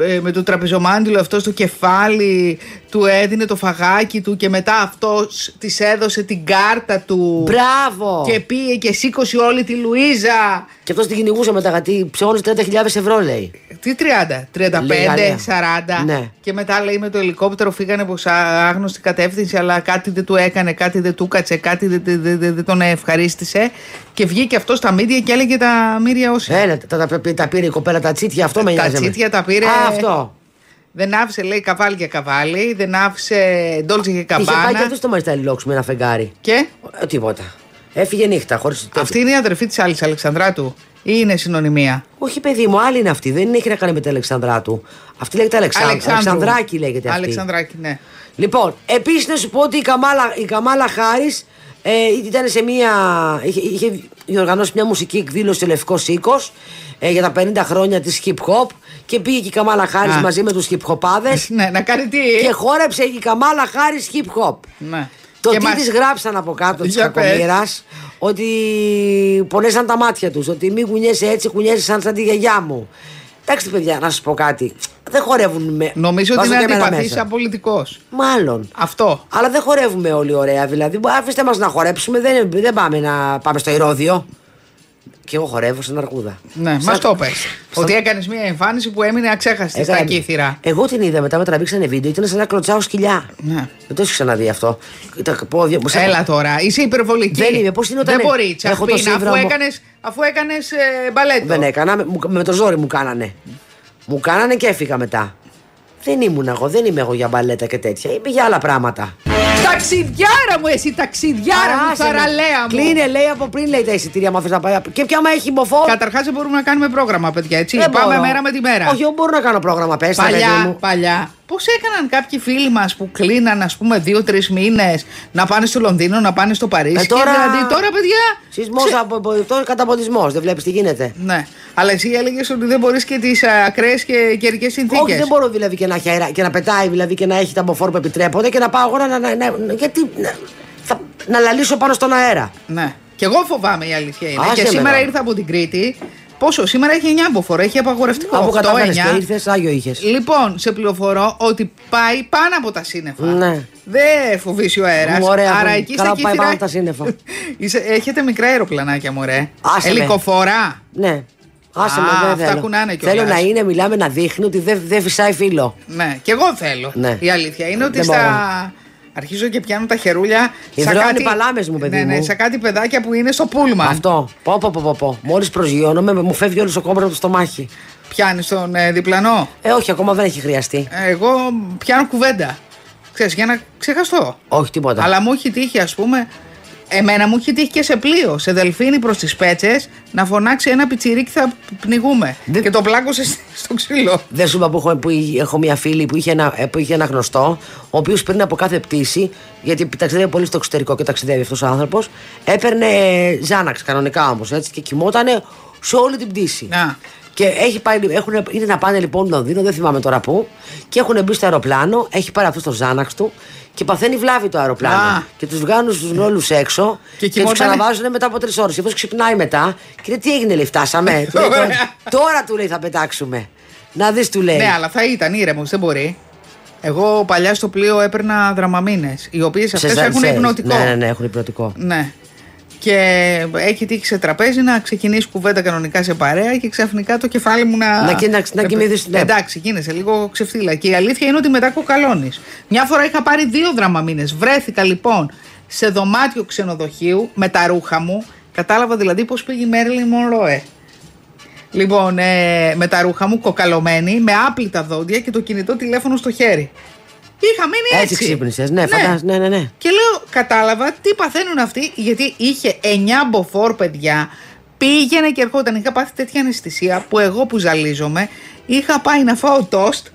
ε, με το τραπεζομάντιλο αυτό στο κεφάλι, του έδινε το φαγάκι του και μετά αυτός της έδωσε την κάρτα του
Μπράβο!
και πήγε και σήκωσε όλη τη Λουίζα.
Και αυτός την κυνηγούσε μετά, γιατί ψώνει 30.000 ευρώ, λέει.
Τι 30, 35,
Λέει Γαλλία.
40.
Ναι.
Και μετά λέει με το ελικόπτερο φύγανε προ άγνωστη κατεύθυνση, αλλά κάτι δεν του έκανε, κάτι δεν του κάτσε, κάτι δεν, δεν- δεν- δεν- δεν τον ευχαρίστησε. Και βγήκε αυτός στα μίντια και έλεγε τα μύρια όσοι.
Έλα, τα, τα, τα, τα πήρε η κοπέλα τα τσίτια, αυτό με
Τα
νοιάζει. εμένα.
τσίτια τα πήρε.
Α, αυτό.
Δεν άφησε, λέει, καβάλι για καβάλι, δεν άφησε ντόλτσε για
Είχε πάει και
καμπάνα.
αυτός στο Μαριστάλι Λόξ με ένα φεγγάρι.
Και
Ε, τίποτα. Έφυγε νύχτα, χωρίς.
αυτή είναι η αδερφή της άλλης Αλεξανδράτου. Ή είναι συνωνυμία.
Όχι, παιδί μου, άλλη είναι αυτή. Δεν έχει να κάνει με την Αλεξανδράτου. Αυτή λέγεται Αλεξανδράκη.
Αλεξάνδρου.
Αλεξανδράκη λέγεται αυτή.
Αλεξανδράκη, ναι.
Λοιπόν, επίσης να σου πω ότι η Καμάλα, η Καμάλα Χάρη ε, ήταν σε μία. είχε, είχε διοργανώσει μια μουσική εκδήλωση στο Λευκό Σίκο ε, για τα 50 χρόνια της hip hop και πήγε και η Καμάλα Χάρη
Α.
μαζί με τους hip hopάδε
ναι. Να κάνει τι.
και χόρεψε η Καμάλα Χάρη hip hop.
Ναι.
Το
Και
τι
μας-
της γράψαν από κάτω της
Για πες.
κακομοίρας, ότι πονέσαν τα μάτια τους, ότι μην κουνιέσαι έτσι, κουνιέσαι σαν, σαν τη γιαγιά μου. Εντάξει, παιδιά, να σας πω κάτι. Δεν χορεύουν με.
Νομίζω ότι
βάζω
είναι
και εμένα
αντιπαθής
μέσα.
σαν πολιτικό.
Μάλλον.
Αυτό.
Αλλά δεν χορεύουμε όλοι ωραία. Δηλαδή, μπο- αφήστε μας να χορέψουμε. Δεν, δεν πάμε να πάμε στο ηρόδιο. Και εγώ χορεύω στην αρκούδα.
Ναι,
Σαν-
μας το πες. Ότι έκανες μια εμφάνιση που έμεινε αξέχαστη
Έκανα-
στα κύθυρα.
Εγώ την είδα μετά με τραβήξανε βίντεο, ήταν σαν να κλωτσάω σκυλιά.
Ναι.
Δεν το έχεις ξαναδεί αυτό. Τα πόδια μου. σαν-
Έλα τώρα, είσαι υπερβολική.
Δεν είμαι, πώς είναι όταν
Δεν
ε-
μπορεί,
έχω το
τσαχπίνα, αφού
σύνδρομο.
έκανες αφού έκανες, ε, μπαλέτο.
Δεν έκανα. με- μου- Με το ζόρι μου κάνανε. Μου κάνανε και έφυγα μετά. Δεν ήμουν εγώ, δεν είμαι εγώ για μπαλέτα και τέτοια. Είμαι για άλλα πράγματα.
Ταξιδιάρα μου, εσύ ταξιδιάρα μου,
Άσε με.
θαραλέα μου.
Κλείνε, λέει από πριν, λέει τα εισιτήρια μου. να πάει. Και πια άμα έχει μοφό.
Καταρχάς δεν μπορούμε να κάνουμε πρόγραμμα, παιδιά, έτσι.
δεν
Πάμε
μπορώ.
μέρα με τη μέρα.
Όχι, εγώ μπορώ να κάνω πρόγραμμα, πες τα παιδί
Παλιά,
μου.
παλιά. Πώς έκαναν κάποιοι φίλοι μας που κλείναν, ας πούμε, δύο-τρει μήνες να πάνε στο Λονδίνο, να πάνε στο Παρίσι.
Ε,
και
τώρα-
δηλαδή, τώρα, παιδιά.
Σεισμός, καταποντισμός. Δεν βλέπεις τι γίνεται.
Ναι. Αλλά εσύ έλεγες ότι δεν μπορείς και τις ακραίες και καιρικές συνθήκες.
Όχι, δεν μπορώ δηλαδή και να, έχει αέρα, και να πετάει δηλαδή και να έχει τα μποφόρ που επιτρέπονται και να πάω εγώ να. να, να, να- γιατί. Να, θα, να λαλήσω πάνω στον αέρα.
Ναι. Κι εγώ φοβάμαι η αλήθεια είναι.
Άσε
και
με,
σήμερα
ρε.
ήρθα από την Κρήτη. Πόσο, σήμερα έχει 9 αποφορά, έχει απαγορευτικό.
Από
8,
κατάφερε και
9.
ήρθες, άγιο είχες.
Λοιπόν, σε πληροφορώ ότι πάει πάνω από τα σύννεφα.
Ναι.
Δεν φοβήσει ο αέρας.
Ωραία,
Άρα
καλά
εκεί
που
στα
πάει πάνω
κύθρα-
από τα σύννεφα.
Είσαι- Έχετε μικρά αεροπλανάκια, μωρέ.
Άσε με.
Ελικοφορά.
Ναι. Άσε
Α,
με, δεν
αυτά
θέλω.
κουνάνε κιόλας.
θέλω να είναι, μιλάμε, να δείχνει ότι δεν δεν φυσάει φίλο.
Ναι, και εγώ θέλω.
Ναι.
Η αλήθεια είναι ότι
Δεν
στα Αρχίζω και πιάνω τα χερούλια. σαν
Υδρώνει παλάμες μου, παιδί
ναι, ναι,
μου.
σαν κάτι παιδάκια που είναι στο πούλμα.
Αυτό. Πω, πω, πω, πω, πω. Μόλις προσγειώνομαι, μου φεύγει όλος ο κόμπρος από το στομάχι.
Πιάνεις τον ε, διπλανό.
Ε, όχι, ακόμα δεν έχει χρειαστεί.
Ε, Εγώ πιάνω κουβέντα. Ξέρεις, για να ξεχαστώ.
Όχι, τίποτα.
Αλλά μου έχει τύχει, ας πούμε, εμένα μου έχει τύχει και σε πλοίο, σε δελφίνι προς τις πέτσες, να φωνάξει ένα πιτσιρίκι θα πνιγούμε.
Δεν-
Και το πλάκωσε στο ξύλο.
Δεν σου είπα που έχω, που έχω μια φίλη που είχε, ένα, ε, που είχε ένα γνωστό, ο οποίος πριν από κάθε πτήση, γιατί ταξιδεύει πολύ στο εξωτερικό και ταξιδεύει αυτός ο άνθρωπος, έπαιρνε Ζάναξ κανονικά όμως έτσι και κοιμότανε σε όλη την πτήση.
Να.
Και έχει πάει, έχουν, είναι να πάνε λοιπόν Λονδίνο, δεν θυμάμαι τώρα πού, και έχουν μπει στο αεροπλάνο, έχει πάρει αυτό το Ζάναξ του και παθαίνει βλάβη το αεροπλάνο.
Α.
Και τους βγάζουν όλου έξω
Και
και, τους του
κοιμότανε.
ξαναβάζουν μετά από τρεις ώρες. Αυτό ξυπνάει μετά και λέει: Τι έγινε, λέει, φτάσαμε. Του λέει,
Ωραία.
Τώρα του λέει θα πετάξουμε. Να δεις, του λέει.
Ναι, αλλά θα ήταν ήρεμος, δεν μπορεί. Εγώ παλιά στο πλοίο έπαιρνα δραμαμίνες, οι οποίες αυτές
Σε-
έχουν
σε-
υπνοτικό.
Ναι, ναι, ναι, έχουν υπνοτικό.
Ναι. Και έχει τύχει σε τραπέζι να ξεκινήσει κουβέντα κανονικά σε παρέα και ξαφνικά το κεφάλι μου να. Ε,
Να κι- να- να κοιμηθείς, ναι.
Εντάξει, γίνεσαι λίγο ξεφτύλα. Και η αλήθεια είναι ότι μετά κοκαλώνεις. Μια φορά είχα πάρει δύο δραμαμίνε. Βρέθηκα λοιπόν σε δωμάτιο ξενοδοχείου με τα ρούχα μου. Κατάλαβα δηλαδή πώς πήγε η Μέρλιν Μονρόε. Λοιπόν, ε, με τα ρούχα μου κοκαλωμένη, με άπλυτα δόντια και το κινητό τηλέφωνο στο χέρι. Είχα μείνει έτσι.
Έτσι ξύπνησες, ναι, φαντάζ- ναι, ναι, ναι.
Και λέω, κατάλαβα τι παθαίνουν αυτοί, γιατί είχε 9 μποφόρ παιδιά, πήγαινε και ερχόταν. Είχα πάθει τέτοια αναισθησία που εγώ που ζαλίζομαι, είχα πάει να φάω τόστ,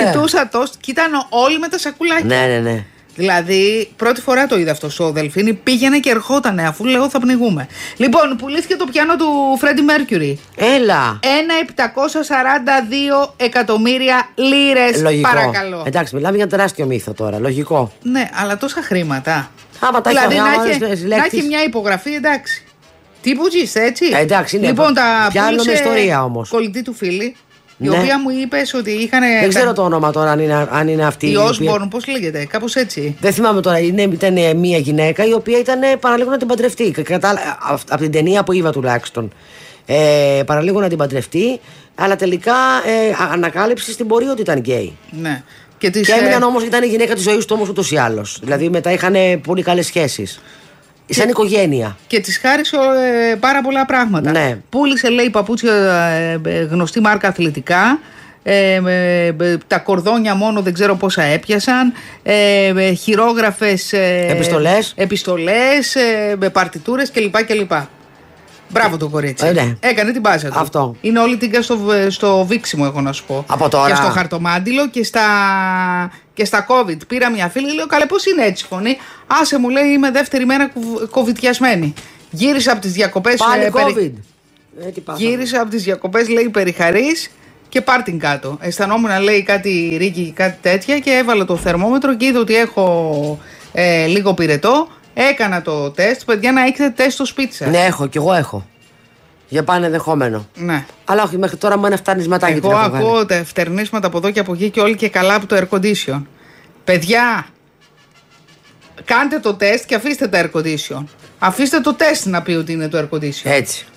ζητούσα τόστ και ήταν όλοι με τα σακουλάκια.
Ναι, ναι, ναι.
Δηλαδή, πρώτη φορά το είδα αυτός στο Δελφίνι, πήγαινε και ερχότανε, αφού λέω θα πνιγούμε. Λοιπόν, πουλήθηκε το πιάνο του Φρέντι Μέρκιουρι.
Έλα.
1,742 εκατομμύρια λίρες.
Ε, Λογικό.
Ε, Παρακαλώ.
Εντάξει, μιλάμε για τεράστιο μύθο τώρα. Λογικό.
Ναι, αλλά τόσα χρήματα.
Άμα τα
δηλαδή
έχει
να
αγοράσει,
έχει,
λες,
να
λέκτης.
έχει μια υπογραφή, εντάξει. Τι που ζεις, έτσι.
Ε, εντάξει, ναι,
Λοιπόν, τα
πιάνουμε
πούλησε
ιστορία όμως.
Κολλητή του φίλη, η
Ναι.
οποία μου είπες ότι είχαν.
Δεν ξέρω το όνομα τώρα αν είναι, αν είναι αυτή.
Ε, ναι. Η
οποία-
Osborne, πώς λέγεται, κάπως έτσι.
Δεν θυμάμαι τώρα, είναι, ήταν ε, μια γυναίκα η οποία ήταν ε, παραλίγο να την παντρευτεί. από την ταινία που είδα τουλάχιστον. Ε, παραλίγο να την παντρευτεί, αλλά τελικά ε, α- ανακάλυψε στην πορεία ότι ήταν γκέι.
Ναι. Και, τις,
Και έμειναν
ε,
όμως, ήταν η γυναίκα της ζωής του όμως ούτως ή άλλως. Δηλαδή μετά είχαν ε, πολύ καλές σχέσεις. Σαν οικογένεια.
και της χάρισε ε, πάρα πολλά πράγματα.
Ναι.
Πούλησε, λέει, παπούτσια ε, ε, γνωστή μάρκα αθλητικά. Ε, ε, ε, τα κορδόνια μόνο δεν ξέρω πόσα έπιασαν ε, ε, χειρόγραφες ε,
Επιστολές.
επιστολές ε, με παρτιτούρες κλπ. κλπ. Μπράβο το κορίτσι.
Ε, ναι.
Έκανε την μπάζα του.
Αυτό.
Είναι όλη τίγκα στο, β- στο βήξιμο, έχω να σου πω.
Από τώρα.
Και στο χαρτομάντιλο και στα, και στα COVID. Πήρα μια φίλη, λέω καλέ, πώς είναι έτσι η φωνή. Άσε μου λέει, είμαι δεύτερη μέρα κουβ- κοβιτιασμένη. Γύρισα από τις διακοπές.
Πάλι COVID. Ε, τι πάθαμε.
Γύρισα από τις διακοπές, λέει, περιχαρής και πάρτιν κάτω. Αισθανόμουν, λέει, κάτι ρίκι, κάτι τέτοια και έβαλα το θερμόμετρο και είδα ότι έχω ε, λίγο πυρετό. Έκανα το τεστ. Παιδιά, να έχετε τεστ στο σπίτι σας.
Ναι, έχω, κι εγώ έχω. Για πάνε ενδεχόμενο.
ναι.
Αλλά όχι, μέχρι τώρα μου ένα φτάνει μετά γιατί
Εγώ ακούω τα φτερνίσματα από εδώ και από εκεί και όλοι και καλά από το air condition. Παιδιά, κάντε το τεστ και αφήστε τα air condition. Αφήστε το τεστ να πει ότι είναι το air condition.
Έτσι.